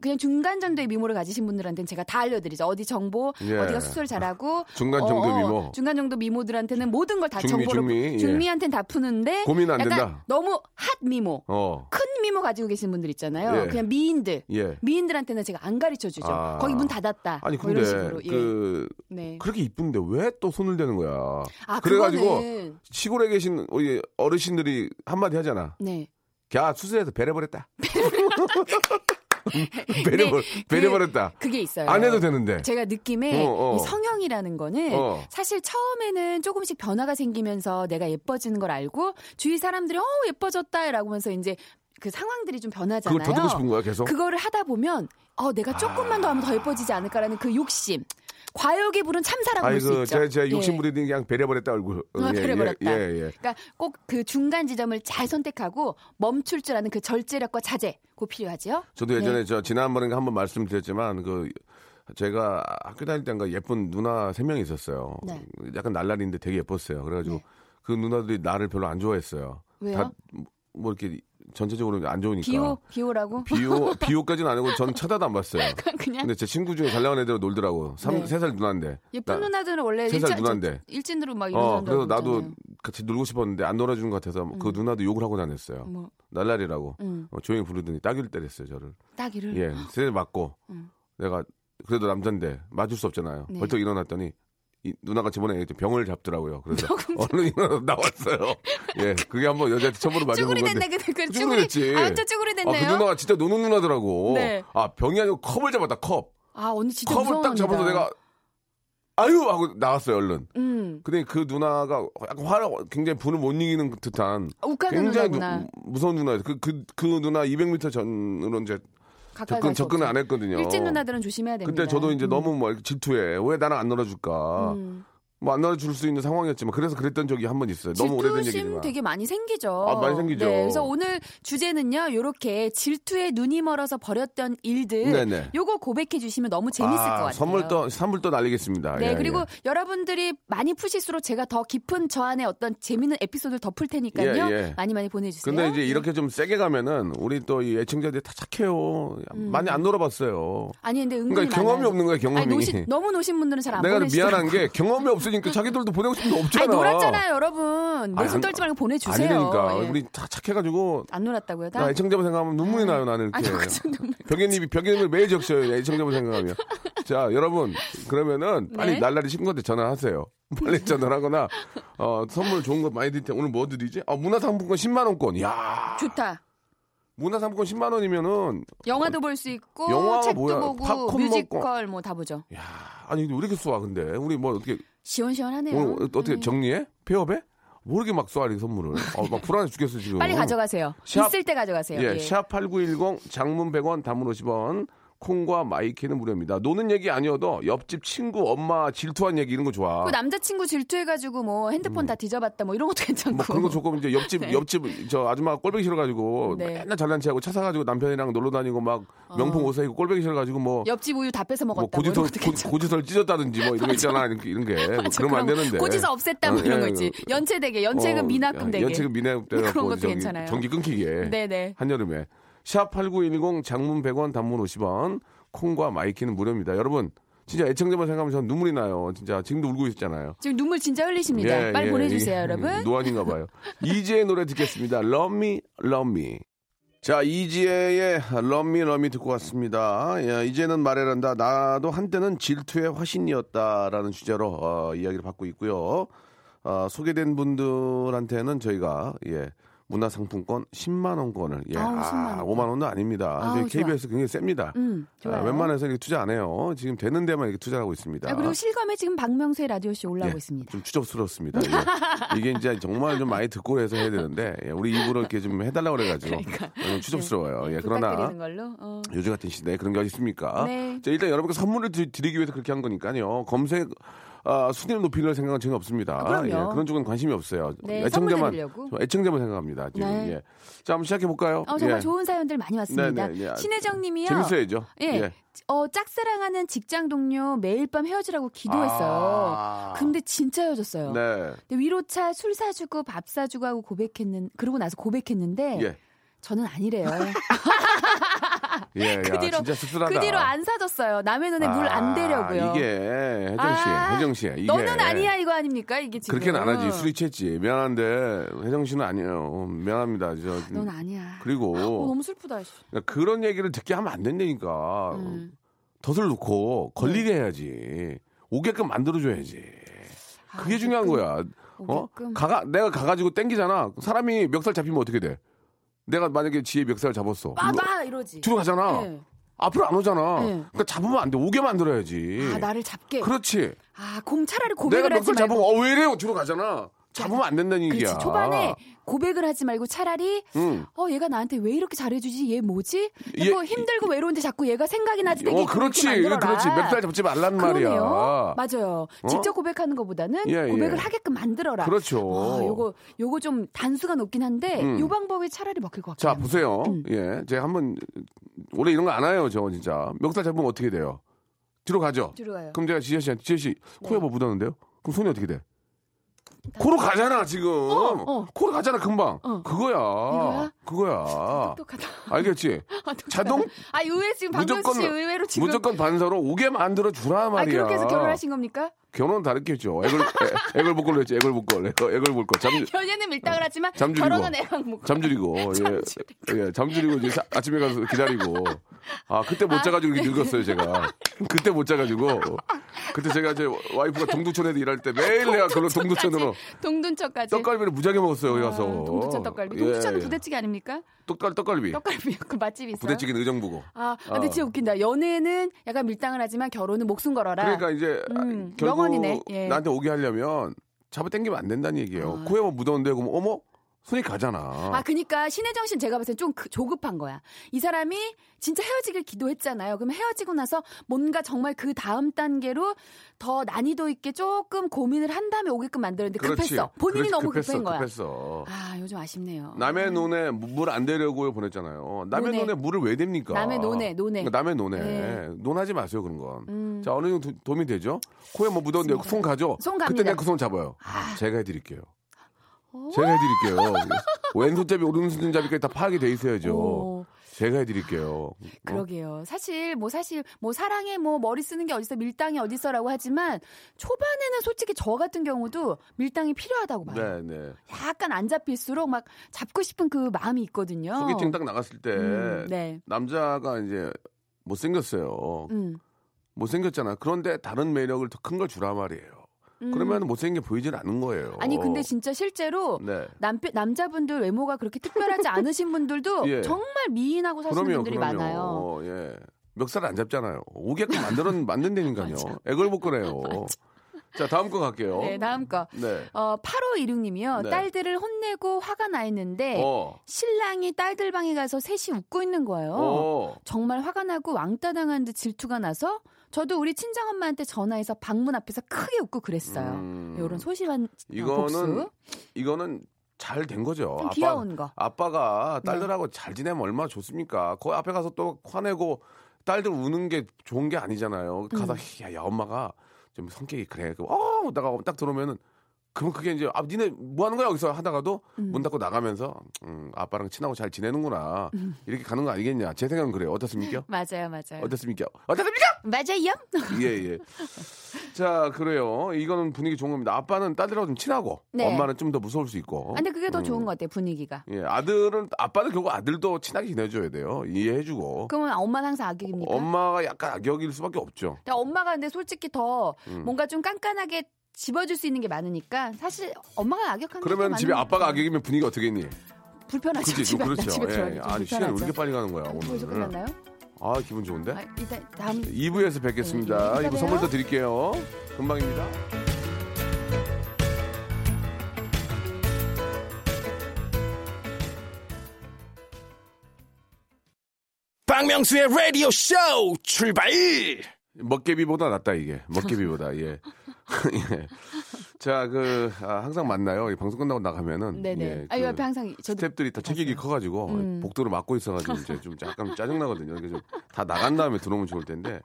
[SPEAKER 7] 그냥 중간 정도의 미모를 가지신 분들한테는 제가 다 알려드리죠. 어디 정보,
[SPEAKER 3] 예.
[SPEAKER 7] 어디가 수술 잘하고 어,
[SPEAKER 3] 중간 뭐. 정도 미모.
[SPEAKER 7] 중간 정도 미모들한테는 모든 걸 다
[SPEAKER 3] 중미,
[SPEAKER 7] 정보를
[SPEAKER 3] 중미, 예.
[SPEAKER 7] 중미한테는 다 푸는데
[SPEAKER 3] 고민 안
[SPEAKER 7] 약간
[SPEAKER 3] 된다.
[SPEAKER 7] 너무 핫 미모,
[SPEAKER 3] 어.
[SPEAKER 7] 큰 미모 가지고 계신 분들 있잖아요.
[SPEAKER 3] 예.
[SPEAKER 7] 그냥 미인들.
[SPEAKER 3] 예.
[SPEAKER 7] 미인들한테는 제가 안 가르쳐 주죠.
[SPEAKER 3] 아.
[SPEAKER 7] 거기 문 닫았다.
[SPEAKER 3] 아니
[SPEAKER 7] 뭐
[SPEAKER 3] 근데
[SPEAKER 7] 이런 식으로. 예.
[SPEAKER 3] 그
[SPEAKER 7] 네.
[SPEAKER 3] 그렇게 이쁜데 왜 또 손을 대는 거야?
[SPEAKER 7] 아,
[SPEAKER 3] 그래가지고
[SPEAKER 7] 그거는-
[SPEAKER 3] 시골에 계신 우리 어르신들이 한마디 하잖아.
[SPEAKER 7] 네.
[SPEAKER 3] 야 수술해서 배려버렸다. 배려버
[SPEAKER 7] 네, 그-
[SPEAKER 3] 배려버렸다.
[SPEAKER 7] 그게 있어요.
[SPEAKER 3] 안 해도 되는데.
[SPEAKER 7] 제가 느낌에
[SPEAKER 3] 어, 어.
[SPEAKER 7] 이 성형이라는 거는
[SPEAKER 3] 어.
[SPEAKER 7] 사실 처음에는 조금씩 변화가 생기면서 내가 예뻐지는 걸 알고 주위 사람들이 어 예뻐졌다라고 하면서 이제 그 상황들이 좀 변하잖아요.
[SPEAKER 3] 그걸 더듬고 싶은 아. 거야 계속.
[SPEAKER 7] 그거를 하다 보면 어 내가 조금만 더 하면 더 예뻐지지 않을까라는 그 욕심. 과욕의 불은 참사라고 볼 수
[SPEAKER 3] 아이고
[SPEAKER 7] 있죠.
[SPEAKER 3] 그, 제제
[SPEAKER 7] 예.
[SPEAKER 3] 욕심 부리는 게 그냥 배려버렸다 얼굴.
[SPEAKER 7] 아, 배려버렸다.
[SPEAKER 3] 예, 예, 예.
[SPEAKER 7] 그러니까 꼭 그 중간 지점을 잘 선택하고 멈출 줄 아는 그 절제력과 자제, 그 필요하지요. 네.
[SPEAKER 3] 저도 예전에 저 지난번에 한번 말씀드렸지만 그 제가 학교 다닐 때인가 예쁜 누나 세 명이 있었어요.
[SPEAKER 7] 네.
[SPEAKER 3] 약간 날라리인데 되게 예뻤어요. 그래가지고
[SPEAKER 7] 네.
[SPEAKER 3] 그 누나들이 나를 별로 안 좋아했어요.
[SPEAKER 7] 왜요?
[SPEAKER 3] 뭐 이렇게 전체적으로 안 좋으니까.
[SPEAKER 7] 비호 비호라고
[SPEAKER 3] 아. 비호 비호까지는 아니고 전 쳐다도 안 봤어요.
[SPEAKER 7] 그냥
[SPEAKER 3] 근데 제 친구 중에 잘 나가는 애들은 놀더라고.
[SPEAKER 7] 네.
[SPEAKER 3] 3살 누나인데.
[SPEAKER 7] 예쁜
[SPEAKER 3] 나-
[SPEAKER 7] 누나들은 원래
[SPEAKER 3] 세살
[SPEAKER 7] 일자-
[SPEAKER 3] 누나인데.
[SPEAKER 7] 일진으로 막 이런
[SPEAKER 3] 어,
[SPEAKER 7] 사람들
[SPEAKER 3] 그래서 나도
[SPEAKER 7] 있잖아요.
[SPEAKER 3] 같이 놀고 싶었는데 안 놀아주는 것 같아서 그 누나도 욕을 하고 다녔어요.
[SPEAKER 7] 뭐.
[SPEAKER 3] 날라리라고
[SPEAKER 7] 음.
[SPEAKER 3] 어, 조용히 부르더니 따귀를 때렸어요 저를.
[SPEAKER 7] 따기를
[SPEAKER 3] 예, 세대 맞고 내가 그래도 남잔데 맞을 수 없잖아요.
[SPEAKER 7] 음. 네.
[SPEAKER 3] 벌떡 일어났더니 이 누나가 저번에 이제 병을 잡더라고요. 그래서 얼른 일어나서 나왔어요. 예, 그게 한번 여자한테 처음으로 맞은
[SPEAKER 7] 쭈구리
[SPEAKER 3] 건데.
[SPEAKER 7] 됐네 그 그
[SPEAKER 3] 쭈구리 됐지.
[SPEAKER 7] 쭈구리 아또 쭈구리
[SPEAKER 3] 아, 그
[SPEAKER 7] 됐네요.
[SPEAKER 3] 누나가 진짜 노는 누나더라고.
[SPEAKER 7] 네.
[SPEAKER 3] 아, 병이 아니고 컵을 잡았다, 컵.
[SPEAKER 7] 아, 언니 진짜
[SPEAKER 3] 컵을
[SPEAKER 7] 무서운
[SPEAKER 3] 딱 잡아서
[SPEAKER 7] 언니다.
[SPEAKER 3] 내가, 아유! 하고 나왔어요, 얼른.
[SPEAKER 7] 음
[SPEAKER 3] 근데 그 누나가 약간 화를, 굉장히 분을 못 이기는 듯한.
[SPEAKER 7] 욱하는
[SPEAKER 3] 굉장히
[SPEAKER 7] 누나구나.
[SPEAKER 3] 누- 무서운 누나였어요. 그, 그, 그 누나 200m 전으로 이제
[SPEAKER 7] 가까이
[SPEAKER 3] 접근,
[SPEAKER 7] 갈수
[SPEAKER 3] 접근을
[SPEAKER 7] 없죠.
[SPEAKER 3] 안 했거든요.
[SPEAKER 7] 일진 누나들은 음. 조심해야 됩니다.
[SPEAKER 3] 그때 저도 이제 너무 뭐 이렇게 질투해. 왜 나는 안 놀아줄까?
[SPEAKER 7] 음.
[SPEAKER 3] 뭐 안 놀아줄 수 있는 상황이었지만 그래서 그랬던 적이 한 번 있어요. 너무 오래된
[SPEAKER 7] 질투심
[SPEAKER 3] 얘기지만.
[SPEAKER 7] 되게 많이 생기죠.
[SPEAKER 3] 아, 많이 생기죠.
[SPEAKER 7] 네, 그래서 오늘 주제는요, 요렇게 질투에 눈이 멀어서 버렸던 일들.
[SPEAKER 3] 네네.
[SPEAKER 7] 요거 고백해 주시면 너무 재밌을
[SPEAKER 3] 아,
[SPEAKER 7] 것 같아요.
[SPEAKER 3] 선물 또 선물 또 날리겠습니다.
[SPEAKER 7] 네,
[SPEAKER 3] 예,
[SPEAKER 7] 그리고
[SPEAKER 3] 예.
[SPEAKER 7] 여러분들이 많이 푸실수록 제가 더 깊은 저 안에 어떤 재밌는 에피소드를 덮을 테니까요.
[SPEAKER 3] 예, 예.
[SPEAKER 7] 많이 많이 보내주세요.
[SPEAKER 3] 근데 이제 이렇게 좀 세게 가면은 우리 또 이 애청자들이 다 착해요. 많이 안 놀아봤어요.
[SPEAKER 7] 음. 아니, 근데 은근히
[SPEAKER 3] 그러니까 경험이
[SPEAKER 7] 많아요.
[SPEAKER 3] 없는 거야 경험이.
[SPEAKER 7] 아니, 노신- 너무 노신 분들은 잘 안
[SPEAKER 3] 내가
[SPEAKER 7] 보내주세요.
[SPEAKER 3] 미안한 게 경험이 없으니까 자기들도 보내고 싶은 게 없잖아.
[SPEAKER 7] 아니, 놀았잖아요, 여러분.
[SPEAKER 3] 아니,
[SPEAKER 7] 모순
[SPEAKER 3] 안-
[SPEAKER 7] 떨지 말고 보내주세요.
[SPEAKER 3] 아니 그러니까
[SPEAKER 7] 예.
[SPEAKER 3] 우리 다 착해가지고
[SPEAKER 7] 안 놀았다고요, 다?
[SPEAKER 3] 나 애청자분 생각하면 눈물이 나요 나는
[SPEAKER 7] 아니,
[SPEAKER 3] 이렇게.
[SPEAKER 7] 무슨 눈물.
[SPEAKER 3] 벽에님이 벽에님을 매일 적셔요 애청자분 생각하면. 자 여러분 그러면은 빨리
[SPEAKER 7] 네.
[SPEAKER 3] 날라리 친구한테 전화하세요. 빨리 전화하거나 어, 선물 좋은 거 많이 드릴 테 오늘 뭐 드리지? 아 문화상품권 10만 원권. 야
[SPEAKER 7] 좋다.
[SPEAKER 3] 문화상품권 10만 원이면은
[SPEAKER 7] 영화도 볼 수 있고
[SPEAKER 3] 영화가
[SPEAKER 7] 책도
[SPEAKER 3] 뭐야?
[SPEAKER 7] 보고
[SPEAKER 3] 팝콘
[SPEAKER 7] 뮤지컬 뭐 다 보죠.
[SPEAKER 3] 야 아니 근데 왜 이렇게 쏘아 근데 우리 뭐 어떻게
[SPEAKER 7] 시원시원하네요.
[SPEAKER 3] 오늘 어떻게
[SPEAKER 7] 네.
[SPEAKER 3] 정리해? 폐업해? 모르게 막 쏴, 이 선물을. 어, 막 불안해 죽겠어, 지금.
[SPEAKER 7] 빨리 가져가세요.
[SPEAKER 3] 샵-
[SPEAKER 7] 있을 때 가져가세요.
[SPEAKER 3] 예, 샵8910 장문 100원 단문 50원 콩과 마이키는 무료입니다. 노는 얘기 아니어도 옆집 친구 엄마 질투한 얘기 이런 거 좋아.
[SPEAKER 7] 그 남자친구 질투해가지고 뭐 핸드폰 다 뒤져봤다 뭐 이런 것도 괜찮고.
[SPEAKER 3] 음. 뭐 그런 거 좋고 이제 옆집 옆집 저 아줌마가 꼴보기 싫어가지고
[SPEAKER 7] 네. 어.
[SPEAKER 3] 맨날 잘난 체하고 차 사가지고 남편이랑 놀러 다니고 막 명품 옷 사입고 꼴보기 싫어가지고 뭐,
[SPEAKER 7] 옆집 우유 다 뺏어
[SPEAKER 3] 뭐
[SPEAKER 7] 먹었다. 뭐
[SPEAKER 3] 고지서
[SPEAKER 7] 이런 것도 괜찮고.
[SPEAKER 3] 고, 지서 찢었다든지 뭐 이런 거 있잖아 이런 게, 이런 게. 뭐
[SPEAKER 7] 맞아,
[SPEAKER 3] 그러면 안
[SPEAKER 7] 그런 거.
[SPEAKER 3] 되는데
[SPEAKER 7] 고지서 없앴다 뭐
[SPEAKER 3] 어,
[SPEAKER 7] 이런
[SPEAKER 3] 예,
[SPEAKER 7] 거 있지. 연체되게 연체금
[SPEAKER 3] 어,
[SPEAKER 7] 미납금 되게.
[SPEAKER 3] 연체금 미납 때
[SPEAKER 7] 그런 것도 괜찮아요.
[SPEAKER 3] 전기 끊기게.
[SPEAKER 7] 네네.
[SPEAKER 3] 한여름에 샵8910 장문 100원 단문 50원 콩과 마이키는 무료입니다. 여러분 진짜 애청자만 생각하면 전 눈물이 나요. 진짜 지금도 울고 있잖아요.
[SPEAKER 7] 지금 눈물 진짜 흘리십니다.
[SPEAKER 3] 예,
[SPEAKER 7] 빨리
[SPEAKER 3] 예,
[SPEAKER 7] 보내주세요,
[SPEAKER 3] 이게
[SPEAKER 7] 여러분.
[SPEAKER 3] 노안인가 봐요. 이지의 노래 듣겠습니다. Love Me, Love Me. 자, 이지혜의 Love Me, Love Me 듣고 왔습니다. 예, 이제는 말해란다. 나도 한때는 질투의 화신이었다라는 주제로 어, 이야기를 받고 있고요. 어, 소개된 분들한테는 저희가 예, 문화상품권 10만 원권을 예,
[SPEAKER 7] 아우, 10만
[SPEAKER 3] 아,
[SPEAKER 7] 원권.
[SPEAKER 3] 5만 원은 아닙니다.
[SPEAKER 7] 아우,
[SPEAKER 3] 근데 KBS 굉장히 셉니다.
[SPEAKER 7] 음,
[SPEAKER 3] 아,
[SPEAKER 7] 좋아요.
[SPEAKER 3] 웬만해서 이렇게 투자 안 해요. 지금 되는 데만 이렇게 투자하고 있습니다.
[SPEAKER 7] 아, 그리고 실검에 지금 박명수의 라디오쇼 올라오고 있습니다.
[SPEAKER 3] 예, 좀 추접스럽습니다. 예. 이게 이제 정말 좀 많이 듣고 해서 해야 되는데 예, 우리 입으로 이렇게 좀 해달라 고 그래가지고 아, 좀 추접스러워요. 예, 그러나
[SPEAKER 7] 그러니까. 부탁드리는 걸로. 어.
[SPEAKER 3] 요즘 같은 시대에 그런 게 어디 있습니까?
[SPEAKER 7] 네.
[SPEAKER 3] 자, 일단 여러분께 선물을 드- 드리기 위해서 그렇게 한 거니까요. 검색 아, 수준을 높이려 생각은 전혀 없습니다. 예,
[SPEAKER 7] 아, 그럼요.
[SPEAKER 3] 그런 쪽은 관심이 없어요.
[SPEAKER 7] 네, 선물
[SPEAKER 3] 애청자만
[SPEAKER 7] 드리려고.
[SPEAKER 3] 저 애청자만 생각합니다. 지금.
[SPEAKER 7] 네.
[SPEAKER 3] 예. 자, 한번 시작해 볼까요?
[SPEAKER 7] 어, 정말 좋은 사연들 많이 왔습니다.
[SPEAKER 3] 예. 네, 네, 네.
[SPEAKER 7] 신혜정 님이요.
[SPEAKER 3] 재밌어야죠.
[SPEAKER 7] 예. 어, 짝사랑하는 직장 동료 매일 밤 헤어지라고 기도했어요.
[SPEAKER 3] 아.
[SPEAKER 7] 근데 진짜 헤어졌어요.
[SPEAKER 3] 네.
[SPEAKER 7] 근데 위로차 술 사주고 밥 사주고 하고 고백했는 그러고 나서 고백했는데
[SPEAKER 3] 예.
[SPEAKER 7] 저는 아니래요.
[SPEAKER 3] 예, 야,
[SPEAKER 7] 그 뒤로
[SPEAKER 3] 진짜 씁쓸하다.
[SPEAKER 7] 그 뒤로 안 사줬어요. 남의 눈에 네, 물 안 대려고요.
[SPEAKER 3] 아, 이게 혜정 씨,
[SPEAKER 7] 아,
[SPEAKER 3] 혜정 씨, 이게 예.
[SPEAKER 7] 너는 아니야 이거 아닙니까 이게 지금.
[SPEAKER 3] 그렇게는 안 하지. 술이 취했지. 미안한데 혜정 씨는 아니에요. 미안합니다. 저
[SPEAKER 7] 넌 아니야.
[SPEAKER 3] 그리고
[SPEAKER 7] 어, 너무 슬프다. 씨.
[SPEAKER 3] 그러니까 그런 얘기를 듣게 하면 안 된다니까.
[SPEAKER 7] 음. 네.
[SPEAKER 3] 덫을 놓고 걸리게 해야지. 오게끔 만들어줘야지. 그게
[SPEAKER 7] 아,
[SPEAKER 3] 중요한
[SPEAKER 7] 조금
[SPEAKER 3] 거야. 어?
[SPEAKER 7] 오게끔.
[SPEAKER 3] 가가 내가 가가지고 땡기잖아. 사람이 멱살 잡히면 어떻게 돼? 내가 만약에 지혜 멱살 잡았어.
[SPEAKER 7] 빠바 이러지.
[SPEAKER 3] 뒤로 가잖아.
[SPEAKER 7] 네.
[SPEAKER 3] 앞으로 안 오잖아.
[SPEAKER 7] 네.
[SPEAKER 3] 그러니까 잡으면 안 돼. 오게 만들어야지.
[SPEAKER 7] 아 나를 잡게.
[SPEAKER 3] 그렇지.
[SPEAKER 7] 아 곰 차라리
[SPEAKER 3] 내가
[SPEAKER 7] 고백을 하지
[SPEAKER 3] 멱살 잡으면
[SPEAKER 7] 말고.
[SPEAKER 3] 어왜 이래 뒤로 가잖아. 잡으면 안 된다는 얘기야. 어,
[SPEAKER 7] 그렇지. 초반에 고백을 하지 말고 차라리
[SPEAKER 3] 응.
[SPEAKER 7] 어 얘가 나한테 왜 이렇게 잘해주지? 얘 뭐지?
[SPEAKER 3] 얘-
[SPEAKER 7] 뭐 힘들고 외로운데 자꾸 얘가 생각이 나지 되게
[SPEAKER 3] 어 그렇지
[SPEAKER 7] 그렇게 만들어라.
[SPEAKER 3] 그렇지 멱살 잡지 말란 말이야. 어?
[SPEAKER 7] 그러네요. 맞아요. 직접 고백하는 것보다는
[SPEAKER 3] 예, 예.
[SPEAKER 7] 고백을 하게끔 만들어라.
[SPEAKER 3] 그렇죠.
[SPEAKER 7] 와, 아, 요거 요거 좀 단수가 높긴 한데
[SPEAKER 3] 음.
[SPEAKER 7] 요 방법이 차라리 먹힐 것 같아요.
[SPEAKER 3] 자 보세요.
[SPEAKER 7] 음.
[SPEAKER 3] 예, 제가 한번 원래 이런 거 안 해요 저 진짜 멱살 잡으면 어떻게 돼요? 뒤로 가죠.
[SPEAKER 7] 뒤로 가요. 네.
[SPEAKER 3] 그럼 제가 지혜 씨한테 지혜 씨 코에 뭐 묻었는데요? 그럼 손이 어떻게 돼? 코로 가잖아 지금.
[SPEAKER 7] 어.
[SPEAKER 3] 코로 가잖아 금방.
[SPEAKER 7] 어.
[SPEAKER 3] 그거야.
[SPEAKER 7] 이거야?
[SPEAKER 3] 그거야.
[SPEAKER 7] 똑똑하다.
[SPEAKER 3] 알겠지?
[SPEAKER 7] 아, 똑똑하다.
[SPEAKER 3] 자동
[SPEAKER 7] 아 의외 지금 박명수
[SPEAKER 3] 무조건
[SPEAKER 7] 씨 의외로 지금
[SPEAKER 3] 무조건 반사로 오게 만들어 주라
[SPEAKER 7] 아
[SPEAKER 3] 말이야.
[SPEAKER 7] 그렇게 해서 결혼하신 겁니까?
[SPEAKER 3] 결혼은 다르겠죠. 애걸 애- 애걸 복걸로 했지. 애걸 복걸. 애걸 애걸 복걸. 잠
[SPEAKER 7] 연애는 밀당을 하지만
[SPEAKER 3] 어. 잠들이고.
[SPEAKER 7] 결혼은 애랑 뭐 못.
[SPEAKER 3] 잠줄이고 예, 예 잠줄이고 이제 사- 아침에 가서 기다리고 아 그때 못 자가지고 이렇게
[SPEAKER 7] 네.
[SPEAKER 3] 늙었어요 제가 그때 못 자가지고 그때 제가 제 와이프가 동두천에서 일할 때 매일 내가 그걸로 동두천으로
[SPEAKER 7] 동둔처까지.
[SPEAKER 3] 떡갈비를 무지하게 먹었어요 거기
[SPEAKER 7] 네. 아,
[SPEAKER 3] 가서
[SPEAKER 7] 동두천 떡갈비.
[SPEAKER 3] 예,
[SPEAKER 7] 동두천은
[SPEAKER 3] 예.
[SPEAKER 7] 부대찌개 아닙니까?
[SPEAKER 3] 떡갈 떡갈비
[SPEAKER 7] 떡갈비 그 맛집이 있어요.
[SPEAKER 3] 부대찌개는 의정부고
[SPEAKER 7] 아, 아, 근데 진짜 웃긴다. 연애는 약간 밀당을 하지만 결혼은 목숨 걸어라.
[SPEAKER 3] 그러니까 이제 아,
[SPEAKER 7] 음,
[SPEAKER 3] 결국
[SPEAKER 7] 명언이네. 예.
[SPEAKER 3] 나한테 오게 하려면 잡아 당기면 안 된다는 얘기예요
[SPEAKER 7] 아.
[SPEAKER 3] 코에 뭐 묻었는데 그럼 어머 손이 가잖아
[SPEAKER 7] 아, 그니까 신혜정 씨는 제가 봤을 때 좀그 조급한 거야. 이 사람이 진짜 헤어지길 기도했잖아요. 그럼 헤어지고 나서 뭔가 정말 그 다음 단계로 더 난이도 있게 조금 고민을 한 다음에 오게끔 만들었는데
[SPEAKER 3] 그렇지.
[SPEAKER 7] 급했어. 본인이
[SPEAKER 3] 그렇지,
[SPEAKER 7] 너무
[SPEAKER 3] 급했어,
[SPEAKER 7] 급한 거야.
[SPEAKER 3] 급했어.
[SPEAKER 7] 아, 요즘 아쉽네요.
[SPEAKER 3] 남의 논에 물 안 대려고 보냈잖아요. 남의
[SPEAKER 7] 논에.
[SPEAKER 3] 논에 물을 왜 댑니까?
[SPEAKER 7] 남의 논에, 논에.
[SPEAKER 3] 그러니까 남의 논에.
[SPEAKER 7] 네.
[SPEAKER 3] 논하지 마세요, 그런 건. 자, 어느 정도 도- 도움이 되죠? 코에 뭐 묻었는데 손 가죠?
[SPEAKER 7] 음. 손
[SPEAKER 3] 그때
[SPEAKER 7] 갑니다. 어?
[SPEAKER 3] 내가 그손 잡아요. 제가 해드릴게요. 제가 해드릴게요. 왼손잡이, 오른손잡이까지 다 파악이 돼 있어야죠.
[SPEAKER 7] 오.
[SPEAKER 3] 제가 해드릴게요. 어?
[SPEAKER 7] 그러게요. 사실 뭐 사실 뭐 사랑에 뭐 머리 쓰는 게 어딨어 밀당이 어딨어라고 하지만 초반에는 솔직히 저 같은 경우도 밀당이 필요하다고 봐요.
[SPEAKER 3] 네, 네.
[SPEAKER 7] 약간 안 잡힐수록 막 잡고 싶은 그 마음이 있거든요.
[SPEAKER 3] 소개팅 딱 나갔을 때
[SPEAKER 7] 음, 네.
[SPEAKER 3] 남자가 이제 못생겼어요.
[SPEAKER 7] 음.
[SPEAKER 3] 못생겼잖아. 그런데 다른 매력을 더 큰 걸 주라 말이에요. 그러면 어. 못생긴 게 보이질 않은 거예요.
[SPEAKER 7] 음. 아니 근데 진짜 실제로
[SPEAKER 3] 네.
[SPEAKER 7] 남 남자분들 외모가 그렇게 특별하지 않으신 분들도
[SPEAKER 3] 예.
[SPEAKER 7] 정말 미인하고 사시는
[SPEAKER 3] 그럼요,
[SPEAKER 7] 분들이
[SPEAKER 3] 그럼요.
[SPEAKER 7] 많아요.
[SPEAKER 3] 어, 예. 멱살 안 잡잖아요. 오게끔 만들어 만든다니까요. 애걸복걸해요. 자, 다음 거 갈게요.
[SPEAKER 7] 네, 다음 거.
[SPEAKER 3] 네.
[SPEAKER 7] 어, 8516님이요.
[SPEAKER 3] 네.
[SPEAKER 7] 딸들을 혼내고 화가 나 있는데
[SPEAKER 3] 어.
[SPEAKER 7] 신랑이 딸들 방에 가서 셋이 웃고 있는 거예요.
[SPEAKER 3] 어.
[SPEAKER 7] 정말 화가 나고 왕따 당한 듯 질투가 나서 저도 우리 친정 엄마한테 전화해서 방문 앞에서 크게 웃고 그랬어요.
[SPEAKER 3] 음.
[SPEAKER 7] 이런 소심한
[SPEAKER 3] 이거는 어,
[SPEAKER 7] 복수.
[SPEAKER 3] 이거는 잘 된 거죠.
[SPEAKER 7] 좀 귀여운 거.
[SPEAKER 3] 아빠가
[SPEAKER 7] 네.
[SPEAKER 3] 딸들하고 잘 지내면 얼마나 좋습니까? 거기 앞에 가서 또 화내고 딸들 우는 게 좋은 게
[SPEAKER 7] 음.
[SPEAKER 3] 아니잖아요. 가서 야, 야 엄마가 좀 성격이 그래. 그, 어, 내가 딱 들어오면은 그럼 그게 이제 아 니네 뭐 하는 거야 여기서 하다가도 문 닫고 나가면서 음, 아빠랑 친하고 잘 지내는구나
[SPEAKER 7] 음.
[SPEAKER 3] 이렇게 가는 거 아니겠냐 제 생각은 그래요 어떻습니까?
[SPEAKER 7] 맞아요, 맞아요.
[SPEAKER 3] 어떻습니까? 어떻습니까?
[SPEAKER 7] 맞아요?
[SPEAKER 3] 예 예. 자 그래요 이거는 분위기 좋은 겁니다. 아빠는 딸들하고 좀 친하고
[SPEAKER 7] 네.
[SPEAKER 3] 엄마는 좀 더 무서울 수 있고.
[SPEAKER 7] 아, 근데 그게 더
[SPEAKER 3] 음.
[SPEAKER 7] 좋은 것 같아요, 분위기가.
[SPEAKER 3] 예 아들은 아빠는 결국 아들도 친하게 지내줘야 돼요 이해해주고.
[SPEAKER 7] 그러면 엄마는 항상 악역입니까?
[SPEAKER 3] 엄마가 약간 악역일 수밖에 없죠.
[SPEAKER 7] 근데 엄마가 근데 솔직히 더
[SPEAKER 3] 음.
[SPEAKER 7] 뭔가 좀 깐깐하게 집어줄 수 있는 게 많으니까 사실 엄마가 악역하는
[SPEAKER 3] 그러면
[SPEAKER 7] 게
[SPEAKER 3] 집에
[SPEAKER 7] 많으니까
[SPEAKER 3] 아빠가 악역이면 분위기 어떻게 했니?
[SPEAKER 7] 불편하죠.
[SPEAKER 3] 그치,
[SPEAKER 7] 집에
[SPEAKER 3] 좀
[SPEAKER 7] 나 집에
[SPEAKER 3] 그렇죠.
[SPEAKER 7] 들어가기
[SPEAKER 3] 예, 예.
[SPEAKER 7] 좀
[SPEAKER 3] 아니, 시간이 왜
[SPEAKER 7] 불편하죠.
[SPEAKER 3] 이렇게 빨리 가는 거야,
[SPEAKER 7] 벌써
[SPEAKER 3] 오늘.
[SPEAKER 7] 끝났나요?
[SPEAKER 3] 아, 기분 좋은데?
[SPEAKER 7] 아, 일단 다음
[SPEAKER 3] 2부에서 뵙겠습니다.
[SPEAKER 7] 네,
[SPEAKER 3] 이거
[SPEAKER 7] 이따
[SPEAKER 3] 선물 더
[SPEAKER 7] 봬요.
[SPEAKER 3] 드릴게요. 금방입니다.
[SPEAKER 2] 박명수의 라디오 쇼 출발!
[SPEAKER 3] 먹개비보다 낫다, 이게. 먹개비보다, 예. 예. 자, 그, 아, 항상 만나요. 이 방송 끝나고 나가면은.
[SPEAKER 7] 네네.
[SPEAKER 3] 예,
[SPEAKER 7] 아
[SPEAKER 3] 그
[SPEAKER 7] 옆에 항상 저도 음.
[SPEAKER 3] 스탭들이 다 체격이 커가지고 복도를 막고 있어가지고 이제 좀 약간 짜증나거든요. 그래서 좀다 나간 다음에 들어오면 좋을 텐데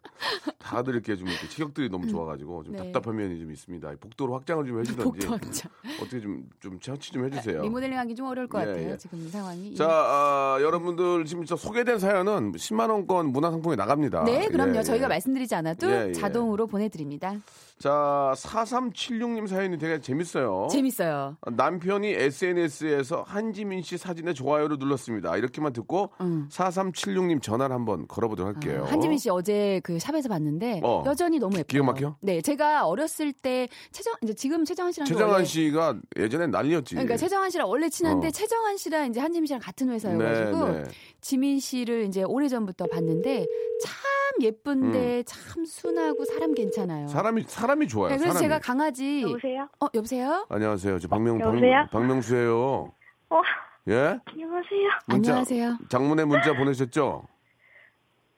[SPEAKER 3] 다들 이렇게 좀 이렇게 체격들이 너무 좋아가지고 좀
[SPEAKER 7] 네.
[SPEAKER 3] 답답한 면이 좀 있습니다. 복도로 확장을 좀 해주든지
[SPEAKER 7] 복도 확장. 네,
[SPEAKER 3] 어떻게 좀좀 채취 좀 해주세요.
[SPEAKER 7] 리모델링하기 좀 어려울 것
[SPEAKER 3] 예,
[SPEAKER 7] 같아요.
[SPEAKER 3] 예.
[SPEAKER 7] 지금 이 상황이.
[SPEAKER 3] 자, 아, 여러분들 지금 저 소개된 사연은 10만 원권 문화상품에 나갑니다.
[SPEAKER 7] 네, 그럼요.
[SPEAKER 3] 예, 예.
[SPEAKER 7] 저희가 말씀드리지 않아도
[SPEAKER 3] 예, 예.
[SPEAKER 7] 자동으로 보내드립니다.
[SPEAKER 3] 자, 4376님 사연이 되게 재밌어요.
[SPEAKER 7] 재밌어요.
[SPEAKER 3] 남편이 SNS에서 한지민 씨 사진에 좋아요를 눌렀습니다. 이렇게만 듣고 4376님 전화를 한번 걸어보도록 할게요.
[SPEAKER 7] 음. 아, 한지민 씨 어제 그 샵에서 봤는데
[SPEAKER 3] 어.
[SPEAKER 7] 여전히 너무 예뻐요.
[SPEAKER 3] 기가 막혀?
[SPEAKER 7] 네, 제가 어렸을 때 최정 이제 지금 최정한 씨랑
[SPEAKER 3] 최정한 씨가 예전엔 난리였지.
[SPEAKER 7] 그러니까 최정한 씨랑 원래 친한데
[SPEAKER 3] 어.
[SPEAKER 7] 최정한 씨랑 이제 한지민 씨랑 같은 회사여가지고
[SPEAKER 3] 네, 네.
[SPEAKER 7] 지민 씨를 이제 오래 전부터 봤는데 참 예쁜데 참 순하고 사람 괜찮아요.
[SPEAKER 3] 음. 사람이 사람이 좋아요.
[SPEAKER 7] 네, 그래서
[SPEAKER 3] 사람이.
[SPEAKER 7] 제가 강아지
[SPEAKER 8] 여보세요?
[SPEAKER 7] 어 여보세요?
[SPEAKER 3] 안녕하세요. 저 박명
[SPEAKER 8] 여보세요?
[SPEAKER 3] 박명, 수예요
[SPEAKER 8] 어,
[SPEAKER 3] 예?
[SPEAKER 8] 안녕하세요.
[SPEAKER 3] 문자-
[SPEAKER 7] 안녕하세요.
[SPEAKER 3] 장문의 문자 보내셨죠?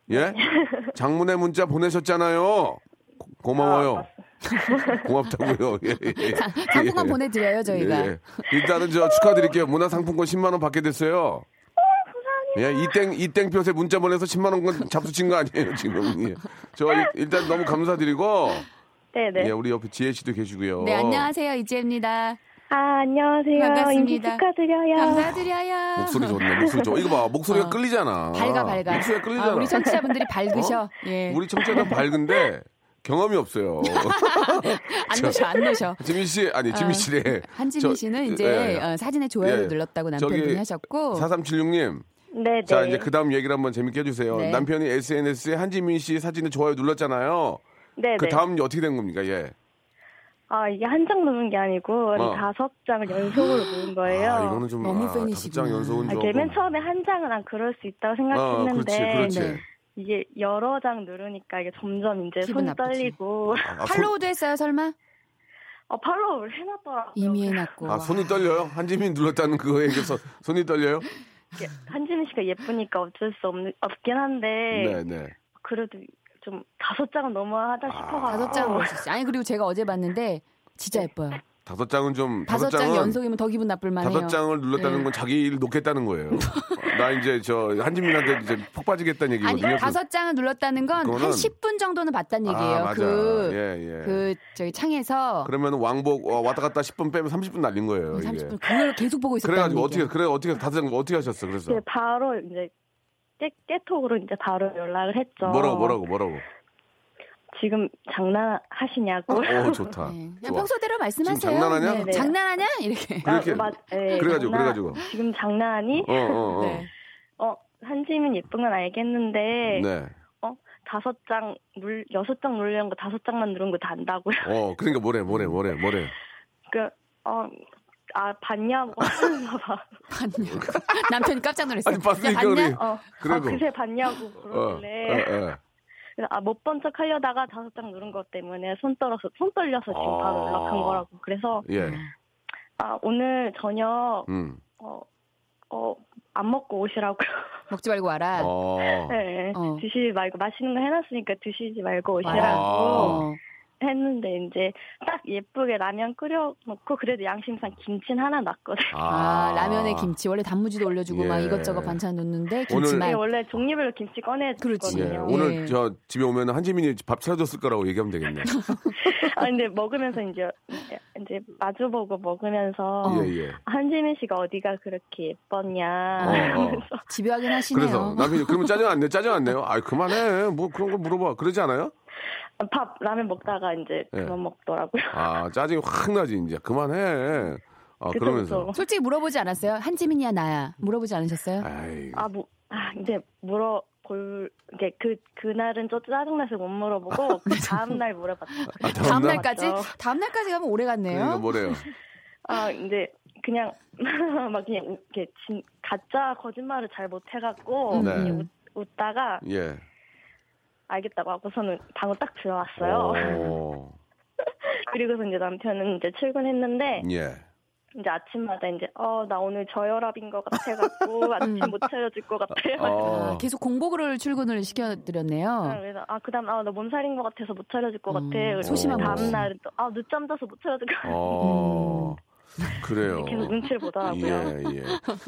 [SPEAKER 3] 예? 장문의 문자 보내셨잖아요. 고-
[SPEAKER 8] 아,
[SPEAKER 3] 고마워요. 고맙다고요. 예, 예, 예.
[SPEAKER 7] 당분간
[SPEAKER 3] 예, 예.
[SPEAKER 7] 보내드려요 저희가.
[SPEAKER 3] 예, 예. 일단은 저 축하드릴게요. 문화상품권 10만 원 받게 됐어요. 예, 이땡 이땡볕에 문자 보내서 10만 원권 잡수친 거 아니에요 지금? 예. 저 일- 일단 너무 감사드리고,
[SPEAKER 8] 네네.
[SPEAKER 3] 예, 우리 옆에 지혜 씨도 계시고요.
[SPEAKER 7] 네 안녕하세요 이지혜입니다.
[SPEAKER 8] 아, 안녕하세요.
[SPEAKER 7] 반갑습니다.
[SPEAKER 8] 인기 축하드려요.
[SPEAKER 7] 감사드려요.
[SPEAKER 3] 목소리 좋네, 목소리 좋아. 이거 봐, 목소리가
[SPEAKER 7] 어.
[SPEAKER 3] 끌리잖아.
[SPEAKER 7] 밝아 밝아.
[SPEAKER 3] 목소리가 끌리잖아.
[SPEAKER 7] 아, 우리 청취자분들이 밝으셔.
[SPEAKER 3] 어?
[SPEAKER 7] 예.
[SPEAKER 3] 우리 청자는 밝은데 경험이 없어요.
[SPEAKER 7] 안 노셔 안 노셔.
[SPEAKER 3] 지민 씨 아니 지민 씨래.
[SPEAKER 7] 어, 한지민 씨는 이제 어, 사진에 좋아요를
[SPEAKER 3] 예.
[SPEAKER 7] 눌렀다고
[SPEAKER 3] 저기
[SPEAKER 7] 남편분이 하셨고
[SPEAKER 3] 4376님.
[SPEAKER 8] 네네.
[SPEAKER 3] 자 이제 그 다음 얘기를 한번 재밌게 해주세요.
[SPEAKER 7] 네.
[SPEAKER 3] 남편이 SNS에 한지민 씨 사진에 좋아요 눌렀잖아요.
[SPEAKER 8] 네네.
[SPEAKER 3] 그 다음 어떻게 된 겁니까? 예.
[SPEAKER 8] 아, 이게 한 장 누른 게 아니고, 한
[SPEAKER 3] 어.
[SPEAKER 8] 다섯 장을 연속으로 누른 거예요.
[SPEAKER 3] 아 이거는 좀
[SPEAKER 7] 너무
[SPEAKER 3] 아,
[SPEAKER 7] 팬이시구나.
[SPEAKER 3] 답장 연속은
[SPEAKER 8] 아,
[SPEAKER 3] 좀.
[SPEAKER 8] 이게 맨 처음에 한 장은 난 그럴 수 있다고
[SPEAKER 3] 어,
[SPEAKER 8] 생각했는데,
[SPEAKER 3] 그렇지, 그렇지.
[SPEAKER 7] 네.
[SPEAKER 8] 이게 여러 장 누르니까 이게 점점 이제
[SPEAKER 7] 기분
[SPEAKER 8] 손이
[SPEAKER 7] 나쁘지.
[SPEAKER 8] 떨리고,
[SPEAKER 3] 아, 손,
[SPEAKER 7] 팔로우도 했어요 설마?
[SPEAKER 8] 어, 팔로우를 해놨더라고요.
[SPEAKER 7] 이미 해놨고.
[SPEAKER 3] 아 손이 떨려요? 한지민 눌렀다는 그거에 대해서 손이 떨려요?
[SPEAKER 8] 이게 한지민 씨가 예쁘니까 어쩔 수 없는, 없긴 한데,
[SPEAKER 3] 네, 네.
[SPEAKER 8] 그래도 좀 다섯 장은
[SPEAKER 3] 아,
[SPEAKER 8] 너무하다 싶어가지고.
[SPEAKER 7] 다섯 장보있어요 아니 그리고 제가 어제 봤는데 진짜 예뻐요.
[SPEAKER 3] 다섯 장은 좀
[SPEAKER 7] 다섯 장
[SPEAKER 3] 장은
[SPEAKER 7] 연속이면 더 기분 나쁠 만해요. 네.
[SPEAKER 3] 다섯 장을 눌렀다는 건 자기 일 놓겠다는 거예요. 나 이제 저 한지민한테 이제 폭 빠지겠다는
[SPEAKER 7] 아니
[SPEAKER 3] 얘기거든요.
[SPEAKER 7] 다섯 장을 눌렀다는 건 한
[SPEAKER 3] 그거는-
[SPEAKER 7] 10분 정도는 봤단
[SPEAKER 3] 아,
[SPEAKER 7] 얘기예요.
[SPEAKER 3] 맞아.
[SPEAKER 7] 그,
[SPEAKER 3] 예, 예.
[SPEAKER 7] 그 저기 창에서
[SPEAKER 3] 그러면 왕복 어, 왔다 갔다 10분 빼면 30분 날린 거예요. 이게.
[SPEAKER 7] 30분 그걸 계속 보고 있었다는
[SPEAKER 3] 그래가지고
[SPEAKER 7] 얘기예요.
[SPEAKER 3] 어떻게 그래 어떻게 다섯 장 어떻게 하셨어? 그래서
[SPEAKER 8] 이제 바로 이제 깨, 깨톡으로 이제 바로 연락을 했죠.
[SPEAKER 3] 뭐라고 뭐라고 뭐라고.
[SPEAKER 8] 지금 장난하시냐고.
[SPEAKER 3] 오 좋다.
[SPEAKER 7] 네. 그냥
[SPEAKER 3] 좋아.
[SPEAKER 7] 평소대로 말씀하세요.
[SPEAKER 3] 지금 장난하냐?
[SPEAKER 7] 네,
[SPEAKER 8] 네.
[SPEAKER 7] 장난하냐? 이렇게.
[SPEAKER 3] 그렇게
[SPEAKER 8] 아, 맞- 예,
[SPEAKER 3] 그래가지고, 그래가지고.
[SPEAKER 8] 지금 장난하니?
[SPEAKER 3] 어, 어, 어.
[SPEAKER 7] 네.
[SPEAKER 8] 어 한지민 예쁜 건 알겠는데
[SPEAKER 3] 네.
[SPEAKER 8] 어 다섯 장물 여섯 장 누르는 거 다섯 장만 누른 거 다 안다고요. 그,
[SPEAKER 3] 어, 그러니까 뭐래, 뭐래, 뭐래, 뭐래.
[SPEAKER 8] 그어아 봤냐고 하면서 봐.
[SPEAKER 7] 봤냐고. 남편이 깜짝 놀랐어요.
[SPEAKER 3] 아니, 봤으니까
[SPEAKER 7] 야,
[SPEAKER 3] 우리.
[SPEAKER 7] 봤냐?
[SPEAKER 8] 어, 아
[SPEAKER 3] 그래도.
[SPEAKER 8] 그새 봤냐고
[SPEAKER 3] 어, 어,
[SPEAKER 8] 그러길래
[SPEAKER 3] 어.
[SPEAKER 8] 아못 본 척 하려다가 다섯 장 누른 것 때문에 손 떨어서 손 떨려서 지금 바로
[SPEAKER 3] 아.
[SPEAKER 8] 연락한 거라고. 그래서
[SPEAKER 3] 예.
[SPEAKER 7] 네.
[SPEAKER 8] 아 오늘 저녁
[SPEAKER 3] 음.
[SPEAKER 8] 어 어 안 먹고 오시라고요.
[SPEAKER 7] 먹지 말고 와라.
[SPEAKER 3] 어.
[SPEAKER 8] 네,
[SPEAKER 7] 어.
[SPEAKER 8] 드시지 말고 맛있는 거 해놨으니까 드시지 말고
[SPEAKER 3] 아.
[SPEAKER 8] 오시라고
[SPEAKER 7] 어.
[SPEAKER 8] 했는데 이제 딱 예쁘게 라면 끓여놓고 그래도 양심상 김치는 하나 놨거든요.
[SPEAKER 7] 아, 라면에 김치 원래 단무지도 올려주고
[SPEAKER 3] 예.
[SPEAKER 7] 막 이것저것 반찬 넣는데
[SPEAKER 3] 오늘-
[SPEAKER 8] 네,
[SPEAKER 7] 김치만
[SPEAKER 8] 원래 종류별로 김치
[SPEAKER 3] 예,
[SPEAKER 7] 그렇지.
[SPEAKER 8] 꺼내거든요.
[SPEAKER 3] 오늘
[SPEAKER 7] 예.
[SPEAKER 3] 저 집에 오면 한지민이 밥 사줬을 거라고 얘기하면 되겠네.
[SPEAKER 8] 아 근데 먹으면서 이제 이제 마주보고 먹으면서
[SPEAKER 7] 어.
[SPEAKER 3] 예, 예.
[SPEAKER 8] 한지민 씨가 어디가 그렇게 예뻤냐
[SPEAKER 7] 아,
[SPEAKER 3] 어, 어.
[SPEAKER 8] 하면서
[SPEAKER 7] 집요하긴 하시네요.
[SPEAKER 3] 그래서 남편이 그러면 짜증 안 내, 짜증 안 내요? 아, 그만해. 뭐 그런 거 물어봐. 그러지 않아요?
[SPEAKER 7] 어.
[SPEAKER 8] 밥 라면 먹다가 이제
[SPEAKER 3] 예.
[SPEAKER 8] 그만 먹더라고요.
[SPEAKER 3] 아, 짜증이 확 나지 이제. 그만해. 아,
[SPEAKER 8] 그쵸,
[SPEAKER 3] 그러면서.
[SPEAKER 8] 그쵸.
[SPEAKER 7] 솔직히 물어보지 않았어요? 한지민이야 나야 물어보지 않으셨어요?
[SPEAKER 3] 아이,
[SPEAKER 8] 아, 뭐, 아, 이제 물어 볼 이제 그 그날은 좀 짜증나서 못 물어보고 그 다음 날 물어봤어요.
[SPEAKER 3] 네.
[SPEAKER 8] 그
[SPEAKER 3] 아,
[SPEAKER 7] 다음
[SPEAKER 3] 다음날?
[SPEAKER 7] 날까지
[SPEAKER 8] 맞죠.
[SPEAKER 7] 다음 날까지 가면 오래
[SPEAKER 3] 그러니까
[SPEAKER 7] 갔네요.
[SPEAKER 3] 뭐래요?
[SPEAKER 8] 아, 이제 그냥 막 그냥 우- 이렇게 진, 가짜 거짓말을 잘 못 해갖고
[SPEAKER 3] 네.
[SPEAKER 8] 그냥 웃- 웃다가
[SPEAKER 3] 예.
[SPEAKER 8] 알겠다고 하고서는 방으로 딱 들어왔어요.
[SPEAKER 3] 오,
[SPEAKER 8] 그리고서 이제 남편은 이제 출근했는데
[SPEAKER 7] 네.
[SPEAKER 3] 예.
[SPEAKER 8] 이제 아침마다 이제 어 나 오늘 저혈압인 것 같아갖고 아침 못 차려줄 것 같아요.
[SPEAKER 7] 아,
[SPEAKER 3] 음. 어.
[SPEAKER 7] 계속 공복으로 출근을
[SPEAKER 8] 아,
[SPEAKER 7] 시켜드렸네요.
[SPEAKER 8] 그래서 아 그다음 아 나 몸살인 것 같아서 못 차려줄 것
[SPEAKER 7] 음,
[SPEAKER 8] 같아. 그리고
[SPEAKER 7] 소심한
[SPEAKER 8] 다음
[SPEAKER 3] 모습.
[SPEAKER 8] 날은 또아 늦잠 자서 못 차려줄 것 같아.
[SPEAKER 3] 어.
[SPEAKER 7] 음.
[SPEAKER 3] 그래요.
[SPEAKER 8] 계속 눈치를 보더라고요.
[SPEAKER 3] 예, 예.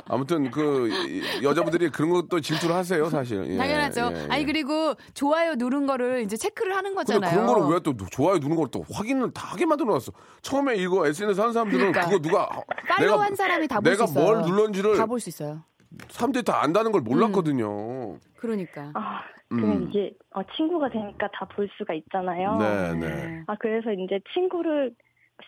[SPEAKER 3] 아무튼 그 이- 여자분들이 그런 것도 질투를 하세요, 사실. 예,
[SPEAKER 7] 당연하죠.
[SPEAKER 3] 예, 예.
[SPEAKER 7] 아니 그리고 좋아요 누른 거를 이제 체크를 하는
[SPEAKER 3] 근데
[SPEAKER 7] 거잖아요.
[SPEAKER 3] 그런 거를 왜 또 좋아요 누는 걸 또 확인을 다 하게 만들어 놨어. 처음에 이거 SNS 하는 사람들은
[SPEAKER 7] 그러니까.
[SPEAKER 3] 그거 누가
[SPEAKER 7] 팔로우 한 사람이 다 볼 수
[SPEAKER 3] 내가
[SPEAKER 7] 있어요.
[SPEAKER 3] 뭘 눌렀는지를
[SPEAKER 7] 다 볼 수 있어요.
[SPEAKER 3] 사람들이 다 안다는 걸 몰랐거든요.
[SPEAKER 7] 그러니까.
[SPEAKER 8] 아 그냥
[SPEAKER 3] 음.
[SPEAKER 8] 이게 어, 친구가 되니까 다 볼 수가 있잖아요.
[SPEAKER 7] 어,
[SPEAKER 3] 네, 네.
[SPEAKER 8] 아 그래서 이제 친구를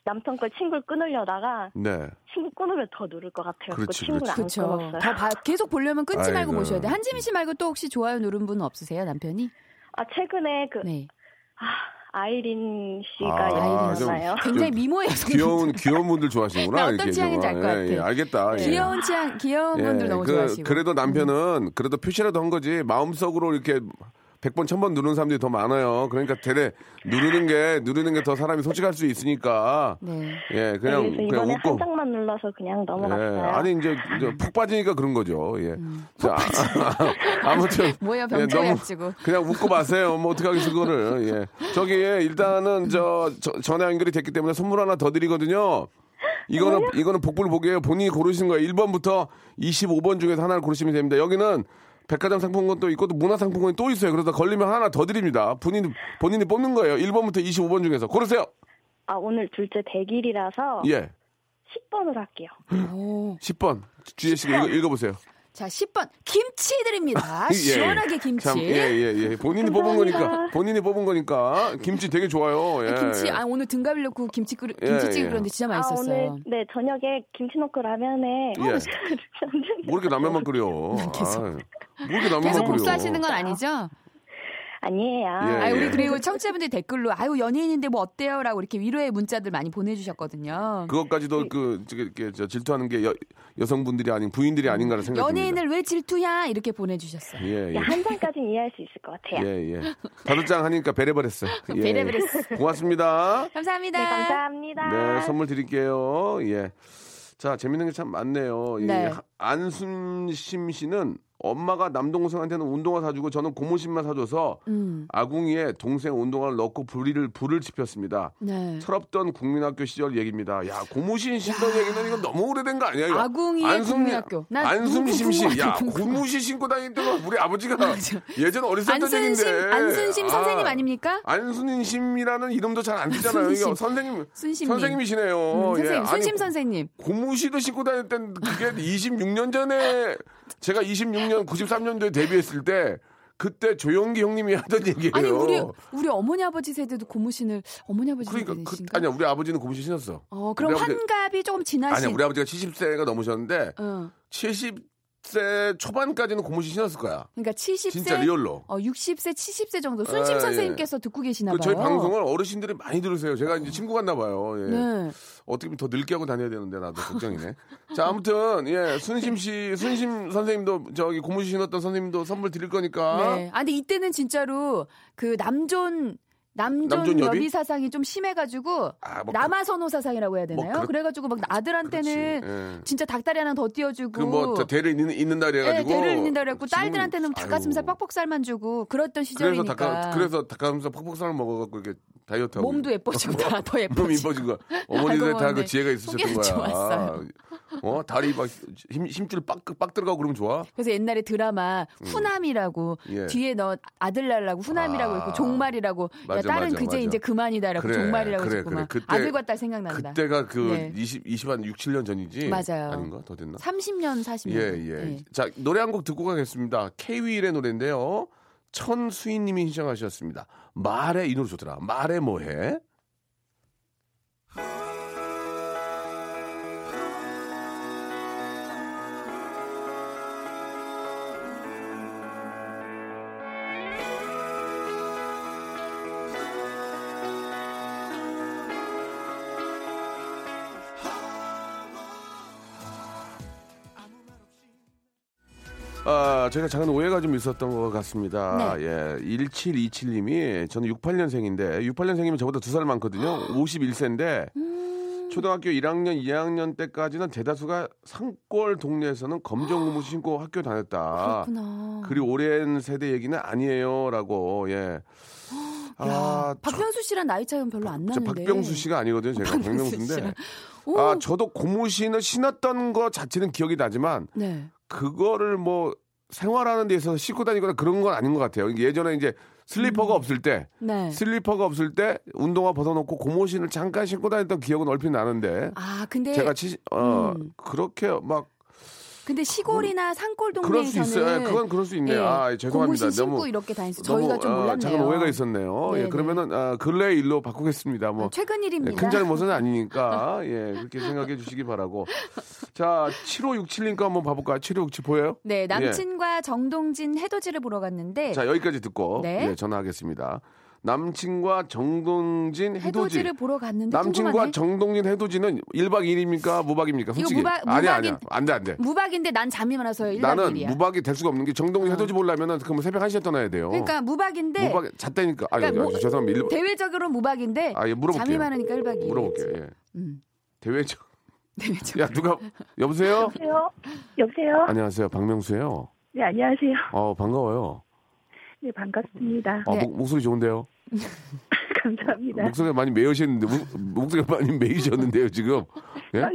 [SPEAKER 8] 남편 걸 친구를 끊으려다가
[SPEAKER 3] 네.
[SPEAKER 8] 친구 끊으면 더 누를 것 같아요.
[SPEAKER 3] 그렇지,
[SPEAKER 8] 친구를
[SPEAKER 7] 그렇죠.
[SPEAKER 8] 안 끊었어요.
[SPEAKER 7] 더 봐- 계속 보려면 끊지 말고
[SPEAKER 3] 아이고.
[SPEAKER 7] 보셔야 돼. 한지민 씨 말고 또 혹시 좋아요 누른 분은 없으세요, 남편이?
[SPEAKER 8] 아 최근에 그
[SPEAKER 7] 네.
[SPEAKER 3] 아,
[SPEAKER 8] 아이린 씨가
[SPEAKER 3] 좀
[SPEAKER 8] 연애하나요?
[SPEAKER 7] 굉장히 미모의 여성.
[SPEAKER 3] 그 귀여운 귀여운 분들 좋아하시는구나.
[SPEAKER 7] 나 네, 어떤
[SPEAKER 3] 이렇게
[SPEAKER 7] 취향인지
[SPEAKER 3] 좀.
[SPEAKER 7] 알것
[SPEAKER 3] 예, 예,
[SPEAKER 7] 같아.
[SPEAKER 3] 알겠다. 예.
[SPEAKER 7] 귀여운 취향, 귀여운
[SPEAKER 3] 예,
[SPEAKER 7] 분들 너무
[SPEAKER 3] 그,
[SPEAKER 7] 좋아하시고. 음.
[SPEAKER 3] 그래도 남편은 그래도 표시라도 한 거지 마음속으로 이렇게 100번 1000번 누르는 사람들이 더 많아요. 그러니까 대래 누르는 게 누르는 게 더 사람이 솔직할 수 있으니까.
[SPEAKER 7] 네.
[SPEAKER 3] 예, 그냥
[SPEAKER 8] 그래서
[SPEAKER 3] 그냥
[SPEAKER 8] 이번에 한
[SPEAKER 3] 웃고.
[SPEAKER 8] 장만 눌러서 그냥 넘어갔어요.
[SPEAKER 3] 예, 아니 이제,
[SPEAKER 7] 음.
[SPEAKER 3] 이제 푹 빠지니까 그런 거죠. 예. 자, 아, 무튼
[SPEAKER 7] 뭐예요, 병철이 가지고.
[SPEAKER 3] 그냥 웃고 마세요. 뭐 어떻게 하겠어 그거를. 예. 저기 예, 일단은 저, 저- 전화 연결이 됐기 때문에 선물 하나 더 드리거든요. 이거는 이거는 복불 복이에요. 본인이 고르신 거예요. 1번부터 25번 중에서 하나를 고르시면 됩니다. 여기는 백화점 상품권 또 있고 또 문화 상품권이 또 있어요. 그래서 걸리면 하나 더 드립니다. 본인 본인이 뽑는 거예요. 1번부터 25번 중에서 고르세요.
[SPEAKER 8] 아 오늘 둘째
[SPEAKER 7] 어.
[SPEAKER 8] 대길이라서
[SPEAKER 3] 예.
[SPEAKER 8] 10번으로 할게요.
[SPEAKER 7] 오.
[SPEAKER 3] 10번. 주혜 씨가 읽어, 읽어보세요.
[SPEAKER 7] 자, 10번. 김치
[SPEAKER 3] 예,
[SPEAKER 7] 드립니다.
[SPEAKER 3] 예.
[SPEAKER 7] 아, 시원하게 김치. 아,
[SPEAKER 3] 참, 예, 예, 예. 본인이 뽑은 거니까. 본인이 뽑은 거니까. 김치 되게 좋아요. 예.
[SPEAKER 7] 김치, 아, 오늘 등갈비 넣고 김치 끓,
[SPEAKER 3] 예,
[SPEAKER 7] 김치찌개
[SPEAKER 3] 예.
[SPEAKER 7] 그런데 진짜
[SPEAKER 8] 아
[SPEAKER 7] 맛있었어요.
[SPEAKER 8] 오늘 네 저녁에 김치 넣고 라면에
[SPEAKER 3] 예. 뭐 이렇게 라면만 끓여.
[SPEAKER 7] 네, 계속.
[SPEAKER 3] 아유, 뭐 이렇게
[SPEAKER 7] 계속
[SPEAKER 3] 라면만
[SPEAKER 7] 복수하시는
[SPEAKER 3] 끓여.
[SPEAKER 7] 건 아니죠?
[SPEAKER 8] 아니에요.
[SPEAKER 3] 예.
[SPEAKER 7] 아유, 우리 그리고 청취자분들 댓글로, 아유, 연예인인데 뭐 어때요? 라고 이렇게 위로의 문자들 많이 보내주셨거든요.
[SPEAKER 3] 그것까지도
[SPEAKER 7] 네.
[SPEAKER 3] 그, 저기, 이렇게 저 질투하는 게 여, 여성분들이 아닌 부인들이 아닌가라는 생각이 듭니다.
[SPEAKER 7] 연예인을 왜 질투야? 이렇게 보내주셨어요.
[SPEAKER 3] 예, 예.
[SPEAKER 8] 한 장까지는 이해할 수 있을 것 같아요.
[SPEAKER 3] 예, 예. 다섯 장 하니까 베레버렸어. 예.
[SPEAKER 7] 베레버렸어.
[SPEAKER 3] 고맙습니다.
[SPEAKER 7] 감사합니다.
[SPEAKER 8] 네, 감사합니다.
[SPEAKER 3] 네, 선물 드릴게요. 예. 자, 재밌는 게 참 많네요. 이
[SPEAKER 7] 네.
[SPEAKER 3] 하- 안순심 씨는 엄마가 남동생한테는 운동화 사주고 저는 고무신만 사줘서
[SPEAKER 7] 음,
[SPEAKER 3] 아궁이에 동생 운동화를 넣고 불이를 불을 지폈습니다.
[SPEAKER 7] 네.
[SPEAKER 3] 철없던 국민학교 시절 얘기입니다. 야, 고무신 신던 얘기는 이건 너무 오래된 거 아니야? 이거?
[SPEAKER 7] 아궁이의 국민학교. 난
[SPEAKER 3] 안순심
[SPEAKER 7] 너무
[SPEAKER 3] 씨. 야,
[SPEAKER 7] 궁금하다,
[SPEAKER 3] 고무신 신고 다닐 때가 우리 아버지가 예전 어렸을 때
[SPEAKER 7] 안순심,
[SPEAKER 3] 얘기인데.
[SPEAKER 7] 안순심 선생님 아닙니까?
[SPEAKER 3] 안순심이라는 이름도 잘 안 쓰잖아요. 이거
[SPEAKER 7] 안순심.
[SPEAKER 3] 선생님.
[SPEAKER 7] 순심님.
[SPEAKER 3] 선생님이시네요.
[SPEAKER 7] 음,
[SPEAKER 3] 예,
[SPEAKER 7] 선생님,
[SPEAKER 3] 아니,
[SPEAKER 7] 순심 선생님.
[SPEAKER 3] 고무신을 신고 다닐 땐 그게 26년 전에 제가 26년 93년도에 데뷔했을 때 그때 조영기 형님이 하던 얘기예요.
[SPEAKER 7] 아니 우리 우리 어머니 아버지 세대도 고무신을 어머니 아버지
[SPEAKER 3] 그러니까
[SPEAKER 7] 세대신가?
[SPEAKER 3] 그, 아니야 우리 아버지는 고무신 신었어.
[SPEAKER 7] 어 그럼
[SPEAKER 3] 우리 아버지-
[SPEAKER 7] 환갑이 조금
[SPEAKER 3] 아니야
[SPEAKER 7] 지나신.
[SPEAKER 3] 우리 아버지가 70세가 넘으셨는데
[SPEAKER 7] 어,
[SPEAKER 3] 70세 초반까지는 고무신 신었을 거야.
[SPEAKER 7] 그러니까 70세,
[SPEAKER 3] 진짜 리얼로.
[SPEAKER 7] 어 60세, 70세 정도 순심
[SPEAKER 3] 예, 예.
[SPEAKER 7] 선생님께서 듣고 계시나
[SPEAKER 3] 그
[SPEAKER 7] 봐요.
[SPEAKER 3] 저희 방송을 어르신들이 많이 들으세요. 제가 이제 친구 같나 봐요. 예.
[SPEAKER 7] 네.
[SPEAKER 3] 어떻게 보면 더 늙게 하고 다녀야 되는데 나도 걱정이네. 자 아무튼 예 순심 씨 순심 선생님도 저기 고무신 신었던 선생님도 선물 드릴 거니까
[SPEAKER 7] 네. 아 근데 이때는 진짜로 그 남존 남존,
[SPEAKER 3] 남존 여비?
[SPEAKER 7] 여비? 사상이 좀 심해가지고
[SPEAKER 3] 아, 뭐
[SPEAKER 7] 남아선호 사상이라고 해야 되나요?
[SPEAKER 3] 그렇-
[SPEAKER 7] 그래가지고 막 아들한테는
[SPEAKER 3] 그렇지, 예.
[SPEAKER 7] 진짜 닭다리 하나 더 띄워주고
[SPEAKER 3] 그뭐 대를 잇는, 잇는다
[SPEAKER 7] 예,
[SPEAKER 3] 그래가지고
[SPEAKER 7] 대를 잇는다 그랬고
[SPEAKER 3] 지금,
[SPEAKER 7] 딸들한테는 닭가슴살
[SPEAKER 3] 아유.
[SPEAKER 7] 뻑뻑살만 주고 그랬던
[SPEAKER 3] 그래서
[SPEAKER 7] 시절이니까
[SPEAKER 3] 닭가 그래서 닭가슴살 퍽퍽살을 먹어갖고 이렇게 다이어트하고.
[SPEAKER 7] 몸도 예뻐지고 다 더 예뻐지고.
[SPEAKER 3] 몸 이뻐진 거. 어머니들의
[SPEAKER 7] 알고
[SPEAKER 3] 다 그
[SPEAKER 7] 보니
[SPEAKER 3] 지혜가 있으셨던
[SPEAKER 7] 속이
[SPEAKER 3] 거야.
[SPEAKER 7] 좋았어요.
[SPEAKER 3] 어 다리 막힘 힘줄 빡 빡 들어가고 그러면 좋아.
[SPEAKER 7] 그래서 옛날에 드라마 후남이라고
[SPEAKER 3] 음. 예.
[SPEAKER 7] 뒤에 너 아들 날라고 후남이라고
[SPEAKER 3] 아.
[SPEAKER 7] 있고 종말이라고
[SPEAKER 3] 맞아,
[SPEAKER 7] 야 딸은
[SPEAKER 3] 맞아, 맞아.
[SPEAKER 7] 그제 이제 그만이다라고
[SPEAKER 3] 그래,
[SPEAKER 7] 종말이라고
[SPEAKER 3] 그래,
[SPEAKER 7] 했구만
[SPEAKER 3] 그래. 그때-
[SPEAKER 7] 아들과 딸 생각난다.
[SPEAKER 3] 그때가 그
[SPEAKER 7] 네.
[SPEAKER 3] 20, 20, 한 6, 7년 전이지.
[SPEAKER 7] 맞아요.
[SPEAKER 3] 아닌가? 더 됐나?
[SPEAKER 7] 30년 40년.
[SPEAKER 3] 예, 예. 자, 노래 한 곡 듣고 가겠습니다. 케이윌의 노래인데요. 천수인 님이 신청하셨습니다. 말해 이 노래 좋더라. 말해 뭐해? 아, 제가 작은 오해가 좀 있었던 것 같습니다.
[SPEAKER 7] 네.
[SPEAKER 3] 예. 1727님이 저는 68년생인데 68년생이면 저보다 두 살 많거든요. 51세인데
[SPEAKER 7] 음.
[SPEAKER 3] 초등학교 1학년, 2학년 때까지는 대다수가 산골 동네에서는 검정 고무 신고 학교 다녔다.
[SPEAKER 7] 그렇구나.
[SPEAKER 3] 아, 그리 오랜 세대 얘기는 아니에요라고 예.
[SPEAKER 7] 야,
[SPEAKER 3] 아, 저-
[SPEAKER 7] 박병수 씨랑 나이 차이는 별로 안
[SPEAKER 3] 저
[SPEAKER 7] 나는데.
[SPEAKER 3] 박병수 씨가 아니거든요. 제가
[SPEAKER 7] 아, 네. 박병수
[SPEAKER 3] 박명수인데.
[SPEAKER 7] 씨랑. 오,
[SPEAKER 3] 아 저도 고무신을 신었던 거 자체는 기억이 나지만
[SPEAKER 7] 네.
[SPEAKER 3] 그거를 뭐 생활하는 데 있어서 신고 다니거나 그런 건 아닌 것 같아요. 예전에 이제 슬리퍼가 없을 때
[SPEAKER 7] 음. 네.
[SPEAKER 3] 슬리퍼가 없을 때 운동화 벗어놓고 고무신을 잠깐 신고 다녔던 기억은 얼핏 나는데
[SPEAKER 7] 아, 근데
[SPEAKER 3] 제가 치, 어
[SPEAKER 7] 음.
[SPEAKER 3] 그렇게 막
[SPEAKER 7] 근데 시골이나 산골
[SPEAKER 3] 음, 그럴 수
[SPEAKER 7] 동네에서는
[SPEAKER 3] 있어요. 예, 그건 그럴 수 있네요.
[SPEAKER 7] 예,
[SPEAKER 3] 아 죄송합니다.
[SPEAKER 7] 고무신 신고
[SPEAKER 3] 너무
[SPEAKER 7] 이렇게 다니서 저희가 좀
[SPEAKER 3] 어,
[SPEAKER 7] 몰랐네요.
[SPEAKER 3] 작은 오해가 있었네요. 예,
[SPEAKER 7] 네네.
[SPEAKER 3] 그러면은 아, 근래 일로 바꾸겠습니다. 뭐
[SPEAKER 7] 아, 최근
[SPEAKER 3] 예,
[SPEAKER 7] 일입니다.
[SPEAKER 3] 큰 잘못은 아니니까 예 그렇게 생각해 주시기 바라고. 자 7567님과 한번 봐볼까요? 7567 보여요?
[SPEAKER 7] 네, 남친과 정동진 해돋이를 보러 갔는데
[SPEAKER 3] 예. 자 여기까지 듣고
[SPEAKER 7] 네.
[SPEAKER 3] 예, 전화하겠습니다. 남친과 정동진 해돋이.
[SPEAKER 7] 해돋이를 보러 갔는데
[SPEAKER 3] 남친과
[SPEAKER 7] 궁금하네.
[SPEAKER 3] 정동진 해돋이는 1박 2일입니까? 무박입니까? 솔직히.
[SPEAKER 7] 무박-
[SPEAKER 3] 아니야,
[SPEAKER 7] 무박인-
[SPEAKER 3] 아니야. 안 돼, 안 돼.
[SPEAKER 7] 무박인데 난 잠이 많아서요. 일박
[SPEAKER 3] 나는
[SPEAKER 7] 일이야. 어.
[SPEAKER 3] 무박이 될 수가 없는 게 정동진 해돋이 보려면은 그럼 뭐 새벽 1시에 떠나야 돼요.
[SPEAKER 7] 그러니까 무박인데
[SPEAKER 3] 무박 잤다니까. 아니,
[SPEAKER 7] 그러니까 뭐-
[SPEAKER 3] 아니, 죄송합니다. 일-
[SPEAKER 7] 대외적으로 무박인데
[SPEAKER 3] 아, 예, 물어볼게요.
[SPEAKER 7] 잠이 많으니까 1박 2일.
[SPEAKER 3] 물어볼게요. 예.
[SPEAKER 7] 음.
[SPEAKER 3] 대외적.
[SPEAKER 7] 대외적.
[SPEAKER 3] 야, 누가 여보세요?
[SPEAKER 9] 여보세요? 여보세요?
[SPEAKER 3] 안녕하세요. 박명수예요.
[SPEAKER 9] 네, 안녕하세요.
[SPEAKER 3] 어, 반가워요.
[SPEAKER 9] 네, 반갑습니다.
[SPEAKER 3] 어,
[SPEAKER 7] 네.
[SPEAKER 3] 목, 목소리 좋은데요.
[SPEAKER 9] 감사합니다.
[SPEAKER 3] 목소리가 많이 메이셨는데 목소리가 많이 메이셨는데요, 지금. 예?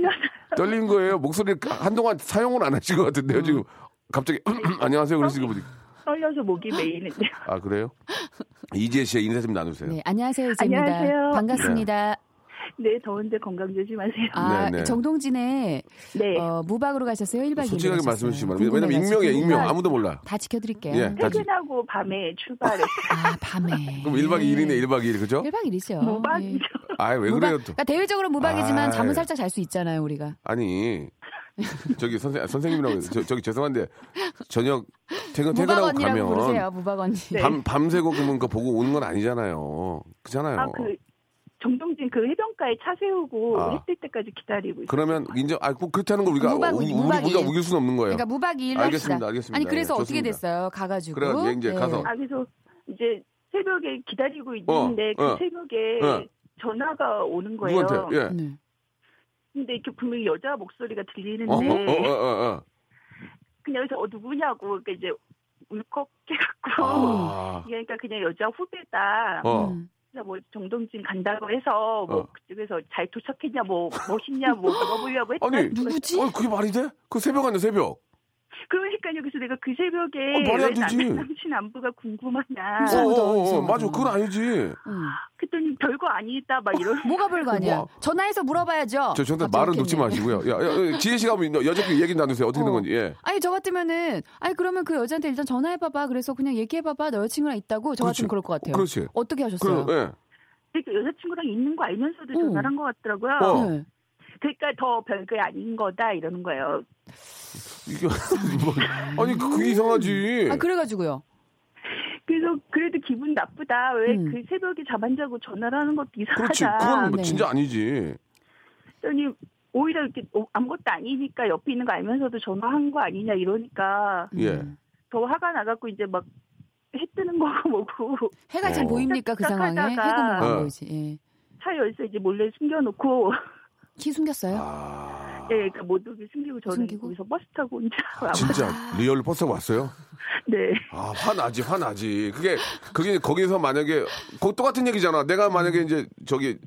[SPEAKER 3] 떨린 거예요. 목소리 한동안 사용을 안 하신 것 같은데요, 지금.
[SPEAKER 7] 음.
[SPEAKER 3] 갑자기
[SPEAKER 7] 네.
[SPEAKER 3] 안녕하세요
[SPEAKER 7] 어?
[SPEAKER 3] 그러시고 보니
[SPEAKER 9] 떨려서 목이 메이는데.
[SPEAKER 3] 아 그래요? 이지혜 씨의 인사 좀 나누세요.
[SPEAKER 7] 네, 안녕하세요. 이제입니다.
[SPEAKER 9] 안녕하세요.
[SPEAKER 7] 반갑습니다.
[SPEAKER 9] 네, 더운데 건강 조심하세요.
[SPEAKER 7] 아,
[SPEAKER 3] 네, 네.
[SPEAKER 7] 정동진의
[SPEAKER 9] 네.
[SPEAKER 7] 어, 무박으로 가셨어요? 네. 1박 2일.
[SPEAKER 3] 솔직하게 말씀해 주시기 바랍니다. 왜냐면 익명이에요, 익명. 아무도 몰라.
[SPEAKER 7] 다 지켜 드릴게요.
[SPEAKER 3] 예. 다 지-
[SPEAKER 9] 퇴근하고 밤에 출발해서
[SPEAKER 7] 아, 밤에.
[SPEAKER 3] 그럼 1박 2일이네, 1박 2일. 그죠?
[SPEAKER 7] 1박 2일이죠. 예.
[SPEAKER 9] 모방이죠.
[SPEAKER 3] 아이, 왜
[SPEAKER 7] 무박,
[SPEAKER 3] 그래요, 또.
[SPEAKER 7] 그러니까 대외적으로 무박이지만
[SPEAKER 3] 아이. 예.
[SPEAKER 7] 잠은 살짝 잘 수 있잖아요, 우리가.
[SPEAKER 3] 아니. 저기 선생 선생님이라고 해서 저, 저기 죄송한데 저녁 퇴근
[SPEAKER 7] 무박
[SPEAKER 3] 퇴근하고
[SPEAKER 7] 언니라고
[SPEAKER 3] 가면 네.
[SPEAKER 7] 부르세요, 무박 언니.
[SPEAKER 3] 밤 밤새고 그러면 그 보고 오는 건 아니잖아요. 그잖아요.
[SPEAKER 9] 아, 그 정동진 그 해변가에 차 세우고
[SPEAKER 3] 어. 아.
[SPEAKER 9] 해뜰 때까지 기다리고 있어요.
[SPEAKER 3] 그러면 인정 아꼭 그렇다는 걸 우리가
[SPEAKER 7] 무박,
[SPEAKER 3] 우, 우리,
[SPEAKER 7] 무박이.
[SPEAKER 3] 우리가 우길 수는 없는 거예요.
[SPEAKER 7] 그러니까 무박 2일로
[SPEAKER 3] 알겠습니다,
[SPEAKER 7] 합시다.
[SPEAKER 3] 알겠습니다.
[SPEAKER 7] 아니
[SPEAKER 3] 예,
[SPEAKER 7] 그래서 어떻게
[SPEAKER 3] 좋습니다.
[SPEAKER 7] 됐어요? 가가지고 네.
[SPEAKER 3] 그래가지고 이제 가서
[SPEAKER 9] 아, 그래서 이제 새벽에 기다리고
[SPEAKER 3] 어,
[SPEAKER 9] 있는데 그
[SPEAKER 3] 어.
[SPEAKER 9] 새벽에
[SPEAKER 3] 어.
[SPEAKER 9] 전화가 오는 거예요.
[SPEAKER 3] 누구한테? 예.
[SPEAKER 7] 네.
[SPEAKER 9] 근데 이렇게 분명히 여자 목소리가 들리는데
[SPEAKER 3] 어, 어, 어, 어, 어.
[SPEAKER 9] 그냥 그래서 어 누구냐고 그러니까 이제 울컥해갖고
[SPEAKER 3] 아.
[SPEAKER 9] 그러니까 그냥 여자 후배다.
[SPEAKER 3] 어.
[SPEAKER 7] 음.
[SPEAKER 9] 그래서 뭐 정동진 간다고 해서 뭐
[SPEAKER 3] 어.
[SPEAKER 9] 그쪽에서 잘 도착했냐 뭐 멋있냐 뭐 물어보려고 했더니
[SPEAKER 3] 아니,
[SPEAKER 7] 누구지?
[SPEAKER 3] 어, 그게 말이 돼? 그 새벽 아니야, 새벽.
[SPEAKER 9] 그러니까 여기서 내가 그
[SPEAKER 3] 어,
[SPEAKER 9] 새벽에
[SPEAKER 3] 말이 안
[SPEAKER 9] 왜 남-
[SPEAKER 3] 되지.
[SPEAKER 9] 남친 안부가 궁금하냐
[SPEAKER 3] 어,
[SPEAKER 7] 이상하다,
[SPEAKER 3] 어, 어, 어,
[SPEAKER 7] 이상하다.
[SPEAKER 3] 맞아. 그건 아니지.
[SPEAKER 7] 음.
[SPEAKER 9] 그랬더니 별거 아니다 막
[SPEAKER 3] 어.
[SPEAKER 9] 이런
[SPEAKER 7] 뭐가 불가냐?
[SPEAKER 3] 우와.
[SPEAKER 7] 전화해서 물어봐야죠.
[SPEAKER 3] 저, 저한테
[SPEAKER 7] 갑자기
[SPEAKER 3] 말은
[SPEAKER 7] 웃겠네.
[SPEAKER 3] 놓지 마시고요. 야, 야, 야, 지혜 씨가 한번 여자끼리 얘기 나누세요. 어떻게 된
[SPEAKER 7] 어.
[SPEAKER 3] 건지, 예.
[SPEAKER 7] 아니 저 같으면은 아니 그러면 그 여자한테 일단 전화해봐봐. 그래서 그냥 얘기해봐봐. 너 여자친구랑 있다고. 저
[SPEAKER 3] 그렇지.
[SPEAKER 7] 같으면 그럴 것 같아요.
[SPEAKER 3] 그렇지.
[SPEAKER 7] 어떻게 하셨어요?
[SPEAKER 3] 그럼, 예.
[SPEAKER 9] 그러니까 여자친구랑 있는 거 알면서도
[SPEAKER 7] 응.
[SPEAKER 9] 전화를 한 것 같더라고요.
[SPEAKER 3] 음. 어.
[SPEAKER 7] 네.
[SPEAKER 9] 그러니까 더 별거 아닌 거다 이러는 거예요.
[SPEAKER 3] 이게, 뭐, 아니, 그게 이상하지.
[SPEAKER 7] 아 그래가지고요.
[SPEAKER 9] 그래서 그래도 기분 나쁘다. 왜
[SPEAKER 7] 음.
[SPEAKER 9] 그 새벽에 잠 안 자고 전화를 하는 것도
[SPEAKER 3] 그렇지.
[SPEAKER 9] 이상하다.
[SPEAKER 3] 그건 뭐
[SPEAKER 7] 네.
[SPEAKER 3] 진짜 아니지.
[SPEAKER 9] 그랬더니 오히려 이렇게 어, 아무것도 아니니까 옆에 있는 거 알면서도 전화한 거 아니냐 이러니까
[SPEAKER 3] 예.
[SPEAKER 7] 음.
[SPEAKER 9] 더 화가 나갖고 이제 막 해뜨는 거고 뭐고
[SPEAKER 7] 해가 잘
[SPEAKER 3] 어.
[SPEAKER 7] 보입니까 그 상황에?
[SPEAKER 9] 딱딱하다가.
[SPEAKER 7] 해가 뭐가 안
[SPEAKER 3] 어.
[SPEAKER 7] 보이지. 예.
[SPEAKER 9] 차 열쇠 이제 몰래 숨겨놓고
[SPEAKER 7] 키 숨겼어요?
[SPEAKER 3] 아.
[SPEAKER 8] 네, 그러니까 모두기 숨기고 저는
[SPEAKER 7] 숨기고?
[SPEAKER 8] 거기서 버스 타고 혼자
[SPEAKER 7] 아,
[SPEAKER 8] 와.
[SPEAKER 3] 진짜 리얼로 버스 왔어요?
[SPEAKER 8] 네,
[SPEAKER 3] 아 화나지 화나지 그게 그게 거기서 만약에 그 똑같은 얘기잖아 내가 만약에 이제 저기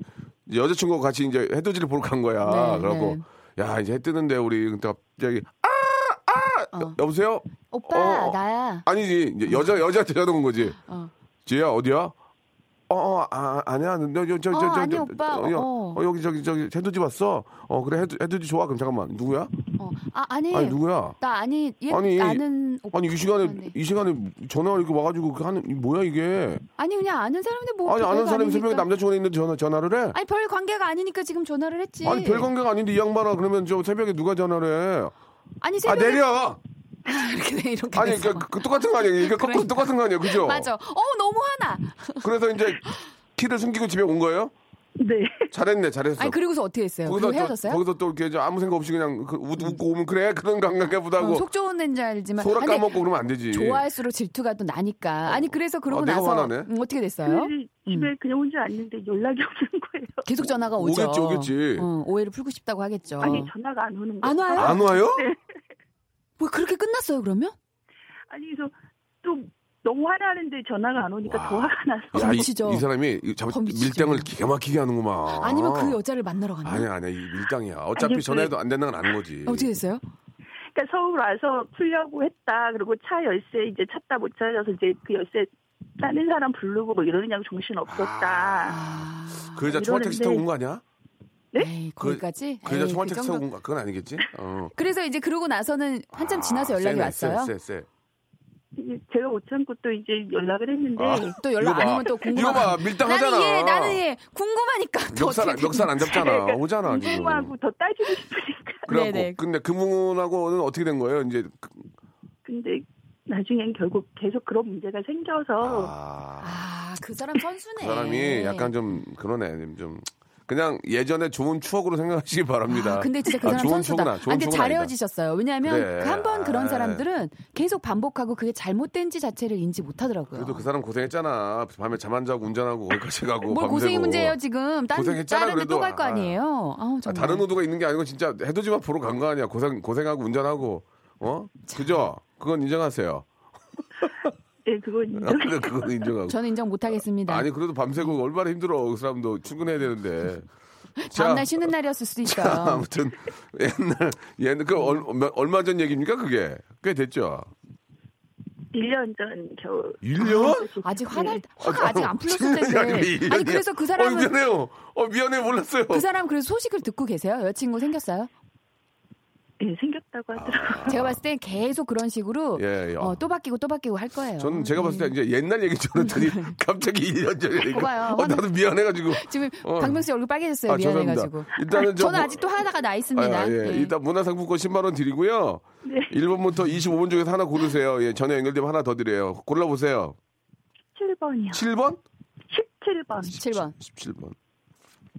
[SPEAKER 3] 여자친구와 같이 이제 해돋이를 보러 간 거야
[SPEAKER 7] 네,
[SPEAKER 3] 그러고 야 이제 해 뜨는데 우리 그때 갑자기 아, 아아
[SPEAKER 7] 어.
[SPEAKER 3] 여보세요
[SPEAKER 7] 오빠
[SPEAKER 3] 어, 어.
[SPEAKER 7] 나야.
[SPEAKER 3] 아니지 이제 여자 여자한테 전화온 거지
[SPEAKER 7] 어.
[SPEAKER 3] 지혜야 어디야 어아 아니야
[SPEAKER 7] 어,
[SPEAKER 3] 너저저저저
[SPEAKER 7] 아니야, 오빠. 어.
[SPEAKER 3] 여기 저기 저기 해돋이 봤어 어 그래 해돋, 해돋이 좋아 그럼 잠깐만 누구야
[SPEAKER 7] 어. 아 아니.
[SPEAKER 3] 아니 누구야
[SPEAKER 7] 나 아니 얘
[SPEAKER 3] 아니,
[SPEAKER 7] 아는 오빠.
[SPEAKER 3] 아니 이 시간에
[SPEAKER 7] 아니. 네.
[SPEAKER 3] 이 시간에 전화 이렇게 와가지고 그 하는 이 뭐야 이게
[SPEAKER 7] 아니 그냥 아는 사람인데 뭐
[SPEAKER 3] 아니 아는
[SPEAKER 7] 별거
[SPEAKER 3] 사람이
[SPEAKER 7] 아니니까.
[SPEAKER 3] 새벽에 남자친구가 있는데 전화, 전화를 해?
[SPEAKER 7] 아니 별 관계가 아니니까 지금 전화를 했지.
[SPEAKER 3] 아니 별 관계가 아닌데 이 양반아 그러면 저 새벽에 누가 전화를 해?
[SPEAKER 7] 아니
[SPEAKER 3] 아
[SPEAKER 7] 새벽에
[SPEAKER 3] 내려!
[SPEAKER 7] 이렇게 돼, 이렇게
[SPEAKER 3] 아니
[SPEAKER 7] 돼서.
[SPEAKER 3] 그, 그 똑같은 거 아니야 이게 거꾸로 똑같은 거 아니야 그죠?
[SPEAKER 7] 그러니까. 맞아. 어 너무 화나.
[SPEAKER 3] 그래서 이제 키를 숨기고 집에 온 거예요?
[SPEAKER 8] 네.
[SPEAKER 3] 잘했네 잘했어
[SPEAKER 7] 아니 그리고서 어떻게 했어요? 그리고
[SPEAKER 3] 거기서, 또,
[SPEAKER 7] 헤어졌어요?
[SPEAKER 3] 거기서 또 이렇게 저 아무 생각 없이 그냥 그, 웃, 웃고 오면 그래 그런 감각해
[SPEAKER 7] 어,
[SPEAKER 3] 보다고
[SPEAKER 7] 속 좋은 애인지 알지만
[SPEAKER 3] 소라
[SPEAKER 7] 근데
[SPEAKER 3] 까먹고 그러면 안 되지
[SPEAKER 7] 좋아할수록 질투가 또 나니까. 아니 그래서 그러고
[SPEAKER 3] 아, 내가
[SPEAKER 7] 나서
[SPEAKER 3] 화나네.
[SPEAKER 7] 음, 어떻게 됐어요?
[SPEAKER 8] 근데 집에 그냥 혼자 앉는데 연락이 없는 거예요.
[SPEAKER 7] 계속 전화가 오죠.
[SPEAKER 3] 오겠지, 오겠지.
[SPEAKER 7] 어, 오해를 풀고 싶다고 하겠죠.
[SPEAKER 8] 아니 전화가 안 오는 거예요.
[SPEAKER 7] 안 와요?
[SPEAKER 3] 안 와요?
[SPEAKER 7] 네. 뭐 그렇게 끝났어요 그러면?
[SPEAKER 8] 아니 그래서 또 너무 화나는데 전화가 안 오니까
[SPEAKER 3] 와.
[SPEAKER 8] 더 화가 나서
[SPEAKER 3] 야, 이,
[SPEAKER 7] 범죄죠.
[SPEAKER 3] 이 사람이 이 잡,
[SPEAKER 7] 범죄죠.
[SPEAKER 3] 밀당을 기가 막히게 하는구만
[SPEAKER 7] 아니면 그 여자를 만나러 갔나?
[SPEAKER 3] 아니야 아니야 이 밀당이야 어차피
[SPEAKER 8] 아니,
[SPEAKER 3] 전화해도 안 된다는 건 아는 거지
[SPEAKER 7] 어떻게 됐어요?
[SPEAKER 8] 그러니까 서울 와서 풀려고 했다. 그리고 차 열쇠 이제 찾다 못 찾아서 이제 그 열쇠 따는 사람 부르고 뭐 이러느냐고 정신 없었다.
[SPEAKER 7] 아,
[SPEAKER 3] 그 여자 총알 택시 타고 온 거 아니야?
[SPEAKER 8] 네?
[SPEAKER 7] 에이, 거기까지?
[SPEAKER 3] 그 여자
[SPEAKER 7] 에이,
[SPEAKER 3] 총알
[SPEAKER 7] 그
[SPEAKER 3] 택시
[SPEAKER 7] 정도-
[SPEAKER 3] 타고 온 거, 그건 아니겠지? 어.
[SPEAKER 7] 그래서 이제 그러고 나서는 한참
[SPEAKER 3] 아,
[SPEAKER 7] 지나서 연락이
[SPEAKER 3] 쎄네,
[SPEAKER 7] 왔어요.
[SPEAKER 3] 쎄, 쎄, 쎄.
[SPEAKER 8] 이제 제가 못 참고 또 이제 연락을 했는데
[SPEAKER 3] 아,
[SPEAKER 7] 네, 또 연락
[SPEAKER 3] 이거
[SPEAKER 7] 안
[SPEAKER 3] 봐.
[SPEAKER 7] 오면 또 궁금한.
[SPEAKER 3] 이거 봐, 밀당하잖아.
[SPEAKER 7] 나는 얘, 나는 얘 궁금하니까. 또
[SPEAKER 3] 멱살, 안-
[SPEAKER 7] 어떻게
[SPEAKER 3] 멱살 안 잡잖아.
[SPEAKER 8] 그러니까
[SPEAKER 3] 오잖아, 지금.
[SPEAKER 8] 궁금하고 더 따지고 싶으니까.
[SPEAKER 3] 그래갖고.
[SPEAKER 7] 네네.
[SPEAKER 3] 근데 그분하고는 어떻게 된 거예요? 이제. 그-
[SPEAKER 8] 근데 나중엔 결국 계속 그런 문제가
[SPEAKER 7] 어.
[SPEAKER 8] 생겨서
[SPEAKER 3] 아.
[SPEAKER 7] 아, 그 사람
[SPEAKER 3] 그
[SPEAKER 7] 선수네.
[SPEAKER 3] 사람이 약간 좀 그러네. 좀. 그냥 예전에 좋은 추억으로 생각하시기 바랍니다.
[SPEAKER 7] 아, 근데 진짜 그
[SPEAKER 3] 아,
[SPEAKER 7] 사람
[SPEAKER 3] 좋은
[SPEAKER 7] 선수다.
[SPEAKER 3] 추억은 아- 좋은
[SPEAKER 7] 아, 근데
[SPEAKER 3] 추억은
[SPEAKER 7] 잘
[SPEAKER 3] 아니다.
[SPEAKER 7] 헤어지셨어요. 왜냐하면
[SPEAKER 3] 그래.
[SPEAKER 7] 한 번 그런
[SPEAKER 3] 아.
[SPEAKER 7] 사람들은 계속 반복하고 그게 잘못된지 자체를 인지 못하더라고요.
[SPEAKER 3] 그래도 그 사람 고생했잖아. 밤에 잠 안 자고 운전하고 거기까지 가고.
[SPEAKER 7] 뭘 고생이
[SPEAKER 3] 밤새고.
[SPEAKER 7] 문제예요 지금? 딴
[SPEAKER 3] 뭐 고생했잖아,
[SPEAKER 7] 다른 데 또
[SPEAKER 3] 그래도.
[SPEAKER 7] 갈 거
[SPEAKER 3] 아.
[SPEAKER 7] 아니에요? 아우
[SPEAKER 3] 아,
[SPEAKER 7] 정말.
[SPEAKER 3] 다른 의도가 있는 게 아니고 진짜 해돋이만 보러 간 거 아니야. 고생 고생하고 운전하고 어 그죠? 그건 인정하세요. 아,
[SPEAKER 8] 예, 그건 인정.
[SPEAKER 3] 그래 그건 인정하고.
[SPEAKER 7] 저는 인정 못하겠습니다.
[SPEAKER 3] 아니 그래도 밤새고 얼마나 힘들어. 그 사람도 출근해야 되는데. 자,
[SPEAKER 7] 다음날 쉬는 날이었을 수도 있어요.
[SPEAKER 3] 자, 아무튼 옛날 옛날 그 얼, 몇- 얼마 전 얘기입니까 그게 꽤 됐죠.
[SPEAKER 8] 1년 전 겨울.
[SPEAKER 3] 1년?
[SPEAKER 7] 아직
[SPEAKER 8] 네.
[SPEAKER 7] 화날 때-
[SPEAKER 3] 아,
[SPEAKER 7] 화가 아직 안 풀렸을 텐데. 아니 그래서 그
[SPEAKER 3] 어,
[SPEAKER 7] 사람은
[SPEAKER 3] 미안해요. 어 미안해 몰랐어요.
[SPEAKER 7] 그 사람 그래서 소식을 듣고 계세요? 여자친구 생겼어요?
[SPEAKER 8] 예, 생겼다고
[SPEAKER 3] 아.
[SPEAKER 8] 하더라고요.
[SPEAKER 7] 제가 봤을 땐 계속 그런 식으로
[SPEAKER 3] 예, 예.
[SPEAKER 7] 어, 또 바뀌고 또 바뀌고 할 거예요. 네.
[SPEAKER 3] 저는 제가 봤을 때 이제 옛날 얘기 전했더니 갑자기 1년 전에 얘기.
[SPEAKER 7] 봐봐요.
[SPEAKER 3] 어, 나도 미안해가지고.
[SPEAKER 7] 지금
[SPEAKER 3] 어.
[SPEAKER 7] 박명수 씨 얼굴 빨개졌어요.
[SPEAKER 3] 아, 죄송합니다.
[SPEAKER 7] 네, 미안해가지고.
[SPEAKER 3] 일단은 저
[SPEAKER 7] 저는
[SPEAKER 3] 뭐-
[SPEAKER 7] 아직도 하나가 나 있습니다.
[SPEAKER 3] 아, 예.
[SPEAKER 7] 예.
[SPEAKER 3] 일단 문화상품권 10만원 드리고요. 1번부터 25번 중에서 하나 고르세요. 예, 전화 연결되면 하나 더 드려요. 골라보세요.
[SPEAKER 8] 7번이요.
[SPEAKER 3] 7번?
[SPEAKER 8] 17번.
[SPEAKER 7] 17번.
[SPEAKER 3] 17번.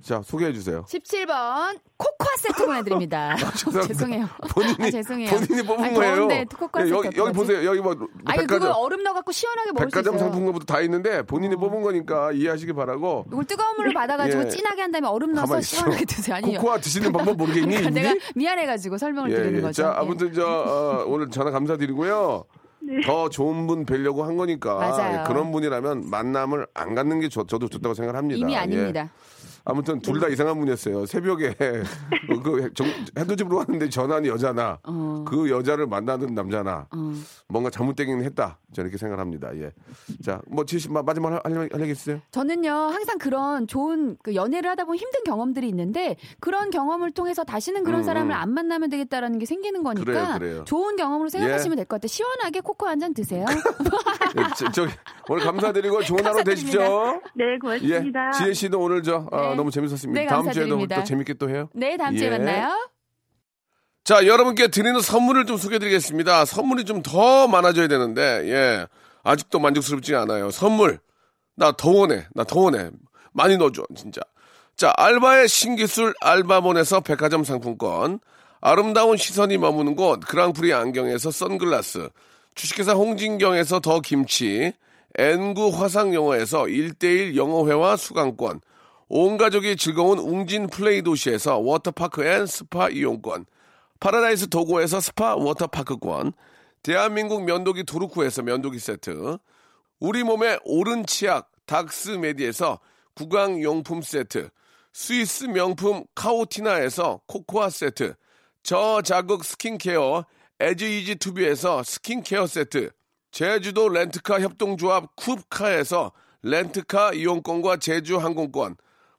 [SPEAKER 3] 자, 소개해주세요.
[SPEAKER 7] 17번 코코아 세트 보내드립니다. 죄송해요.
[SPEAKER 3] 본인이,
[SPEAKER 7] 아, 죄송해요.
[SPEAKER 3] 본인이 뽑은
[SPEAKER 7] 아니,
[SPEAKER 3] 거예요.
[SPEAKER 7] 더운데 코코아
[SPEAKER 3] 예,
[SPEAKER 7] 세트
[SPEAKER 3] 여기, 여기
[SPEAKER 7] 어떡하지?
[SPEAKER 3] 보세요. 여기 뭐,
[SPEAKER 7] 아니
[SPEAKER 3] 백화점,
[SPEAKER 7] 그거 얼음 넣어갖고 시원하게 먹을 수
[SPEAKER 3] 백화점
[SPEAKER 7] 있어요. 어.
[SPEAKER 3] 상품권부터 다 있는데 본인이 뽑은 거니까 이해하시기 바라고.
[SPEAKER 7] 이걸 뜨거운 물로 받아가지고
[SPEAKER 3] 예.
[SPEAKER 7] 진하게 한 다음에 얼음 넣어서
[SPEAKER 3] 가만히 있어.
[SPEAKER 7] 시원하게 드세요. 아니요.
[SPEAKER 3] 코코아 드시는 방법 모르겠니?
[SPEAKER 7] 그러니까
[SPEAKER 3] 있니?
[SPEAKER 7] 내가 미안해가지고 설명을 드리는 거죠.
[SPEAKER 3] 자,
[SPEAKER 7] 예. 네.
[SPEAKER 3] 아무튼 저 어, 오늘 전화 감사드리고요. 더 좋은 분 뵈려고 한 거니까
[SPEAKER 7] 맞아요.
[SPEAKER 3] 예, 그런 분이라면 만남을 안 갖는 게 저, 저도 좋다고 생각합니다.
[SPEAKER 7] 이미
[SPEAKER 3] 예.
[SPEAKER 7] 아닙니다. 네.
[SPEAKER 3] 아무튼 둘 다 이상한 분이었어요. 새벽에 어, 그 정- 해돋이보러 왔는데 전화는 여자나
[SPEAKER 7] 어.
[SPEAKER 3] 그 여자를 만나는 남자나
[SPEAKER 7] 어.
[SPEAKER 3] 뭔가 잘못되긴 했다. 저는 이렇게 생각합니다. 예. 자, 뭐 지시 마지막 할- 할 할얘기 있어요?
[SPEAKER 7] 저는요 항상 그런 좋은 그 연애를 하다 보면 힘든 경험들이 있는데 그런 경험을 통해서 다시는 그런 사람을 안 만나면 되겠다라는 게 생기는 거니까
[SPEAKER 3] 음, 그래요, 그래요.
[SPEAKER 7] 좋은 경험으로 생각하시면
[SPEAKER 3] 예.
[SPEAKER 7] 될 것 같아요. 시원하게 코코아 한 잔 드세요.
[SPEAKER 3] 예, 저, 저기 오늘 감사드리고 좋은 하루 되십시오.
[SPEAKER 8] 네,
[SPEAKER 3] 예.
[SPEAKER 8] 고맙습니다.
[SPEAKER 3] 지혜 씨도 오늘 저 어,
[SPEAKER 7] 네.
[SPEAKER 3] 너무 재밌었습니다.
[SPEAKER 7] 네,
[SPEAKER 3] 다음 주에도
[SPEAKER 7] 감사드립니다.
[SPEAKER 3] 또 재밌게 또 해요.
[SPEAKER 7] 네 다음 주에
[SPEAKER 3] 예.
[SPEAKER 7] 만나요.
[SPEAKER 3] 자, 여러분께 드리는 선물을 좀 소개드리겠습니다. 선물이 좀 더 많아져야 되는데, 예. 아직도 만족스럽지 않아요. 선물. 나 더 원해. 나 더 원해. 많이 넣어줘, 진짜. 자, 알바의 신기술 알바몬에서 백화점 상품권. 아름다운 시선이 머무는 곳 그랑프리 안경에서 선글라스. 주식회사 홍진경에서 더 김치. N구 화상영어에서 1대1 영어회화 수강권. 온 가족이 즐거운 웅진 플레이 도시에서 워터파크 앤 스파 이용권. 파라다이스 도고에서 스파 워터파크권, 대한민국 면도기 도루쿠에서 면도기 세트, 우리 몸의 오른 치약 닥스메디에서 구강용품 세트, 스위스 명품 카오티나에서 코코아 세트, 저자극 스킨케어 에즈이지 투비에서 스킨케어 세트, 제주도 렌트카 협동조합 쿱카에서 렌트카 이용권과 제주 항공권,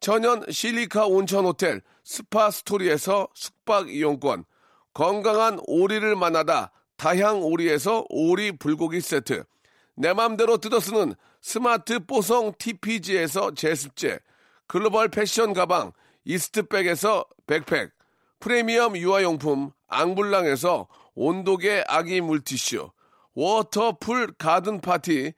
[SPEAKER 3] 천연 실리카 온천 호텔 스파 스토리에서 숙박 이용권, 건강한 오리를 만나다 다향 오리에서 오리 불고기 세트, 내 맘대로 뜯어쓰는 스마트 뽀송 TPG에서 제습제, 글로벌 패션 가방 이스트백에서 백팩, 프리미엄 유아용품 앙블랑에서 온도계 아기 물티슈, 워터풀 가든 파티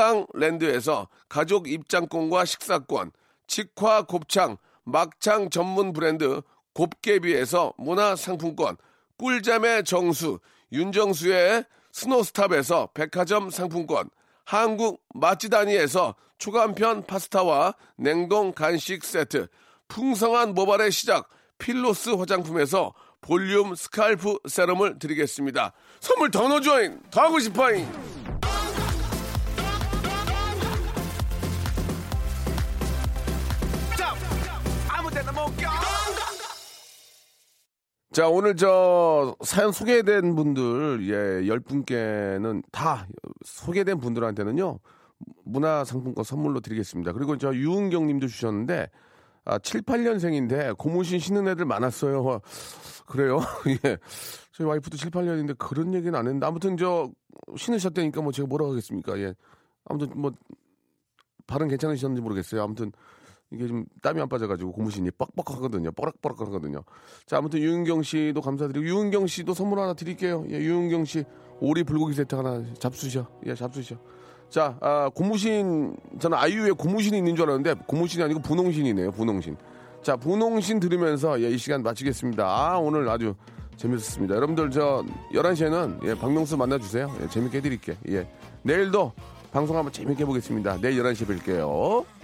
[SPEAKER 3] 평강랜드에서 가족 입장권과 식사권, 직화 곱창 막창 전문 브랜드 곱개비에서 문화상품권, 꿀잠의 정수 윤정수의 스노스탑에서 백화점 상품권, 한국 맛지다니에서 초간편 파스타와 냉동 간식 세트, 풍성한 모발의 시작 필로스 화장품에서 볼륨 스칼프 세럼을 드리겠습니다. 선물 더 넣어줘잉! 더 하고 싶어잉! 자, 오늘 저 사연 소개된 분들, 예, 열 분께는 다 소개된 분들한테는요, 문화상품권 선물로 드리겠습니다. 그리고 저 유은경 님도 주셨는데, 아, 7, 8년생인데 고무신 신는 애들 많았어요. 그래요? 예. 저희 와이프도 7, 8년인데 그런 얘기는 안 했는데, 아무튼 저 신으셨다니까 뭐 제가 뭐라고 하겠습니까? 예. 아무튼 뭐, 발음 괜찮으셨는지 모르겠어요. 아무튼 이게 좀 땀이 안 빠져가지고 고무신이 뻑뻑하거든요. 뻐락뻐락하거든요. 자, 아무튼 유은경 씨도 감사드리고 유은경 씨도 선물 하나 드릴게요. 예, 유은경 씨 오리 불고기 세트 하나 잡수셔. 예, 잡수셔. 자, 아, 고무신 저는 아이유의 고무신이 있는 줄 알았는데 고무신이 아니고 분홍신이네요. 분홍신. 자, 분홍신 들으면서 예, 이 시간 마치겠습니다. 아, 오늘 아주 재밌었습니다. 여러분들 저 11시에는 예, 박명수 만나 주세요. 예, 재밌게 해 드릴게. 요 예. 내일도 방송 한번 재밌게 해 보겠습니다. 내일 11시에 뵐게요.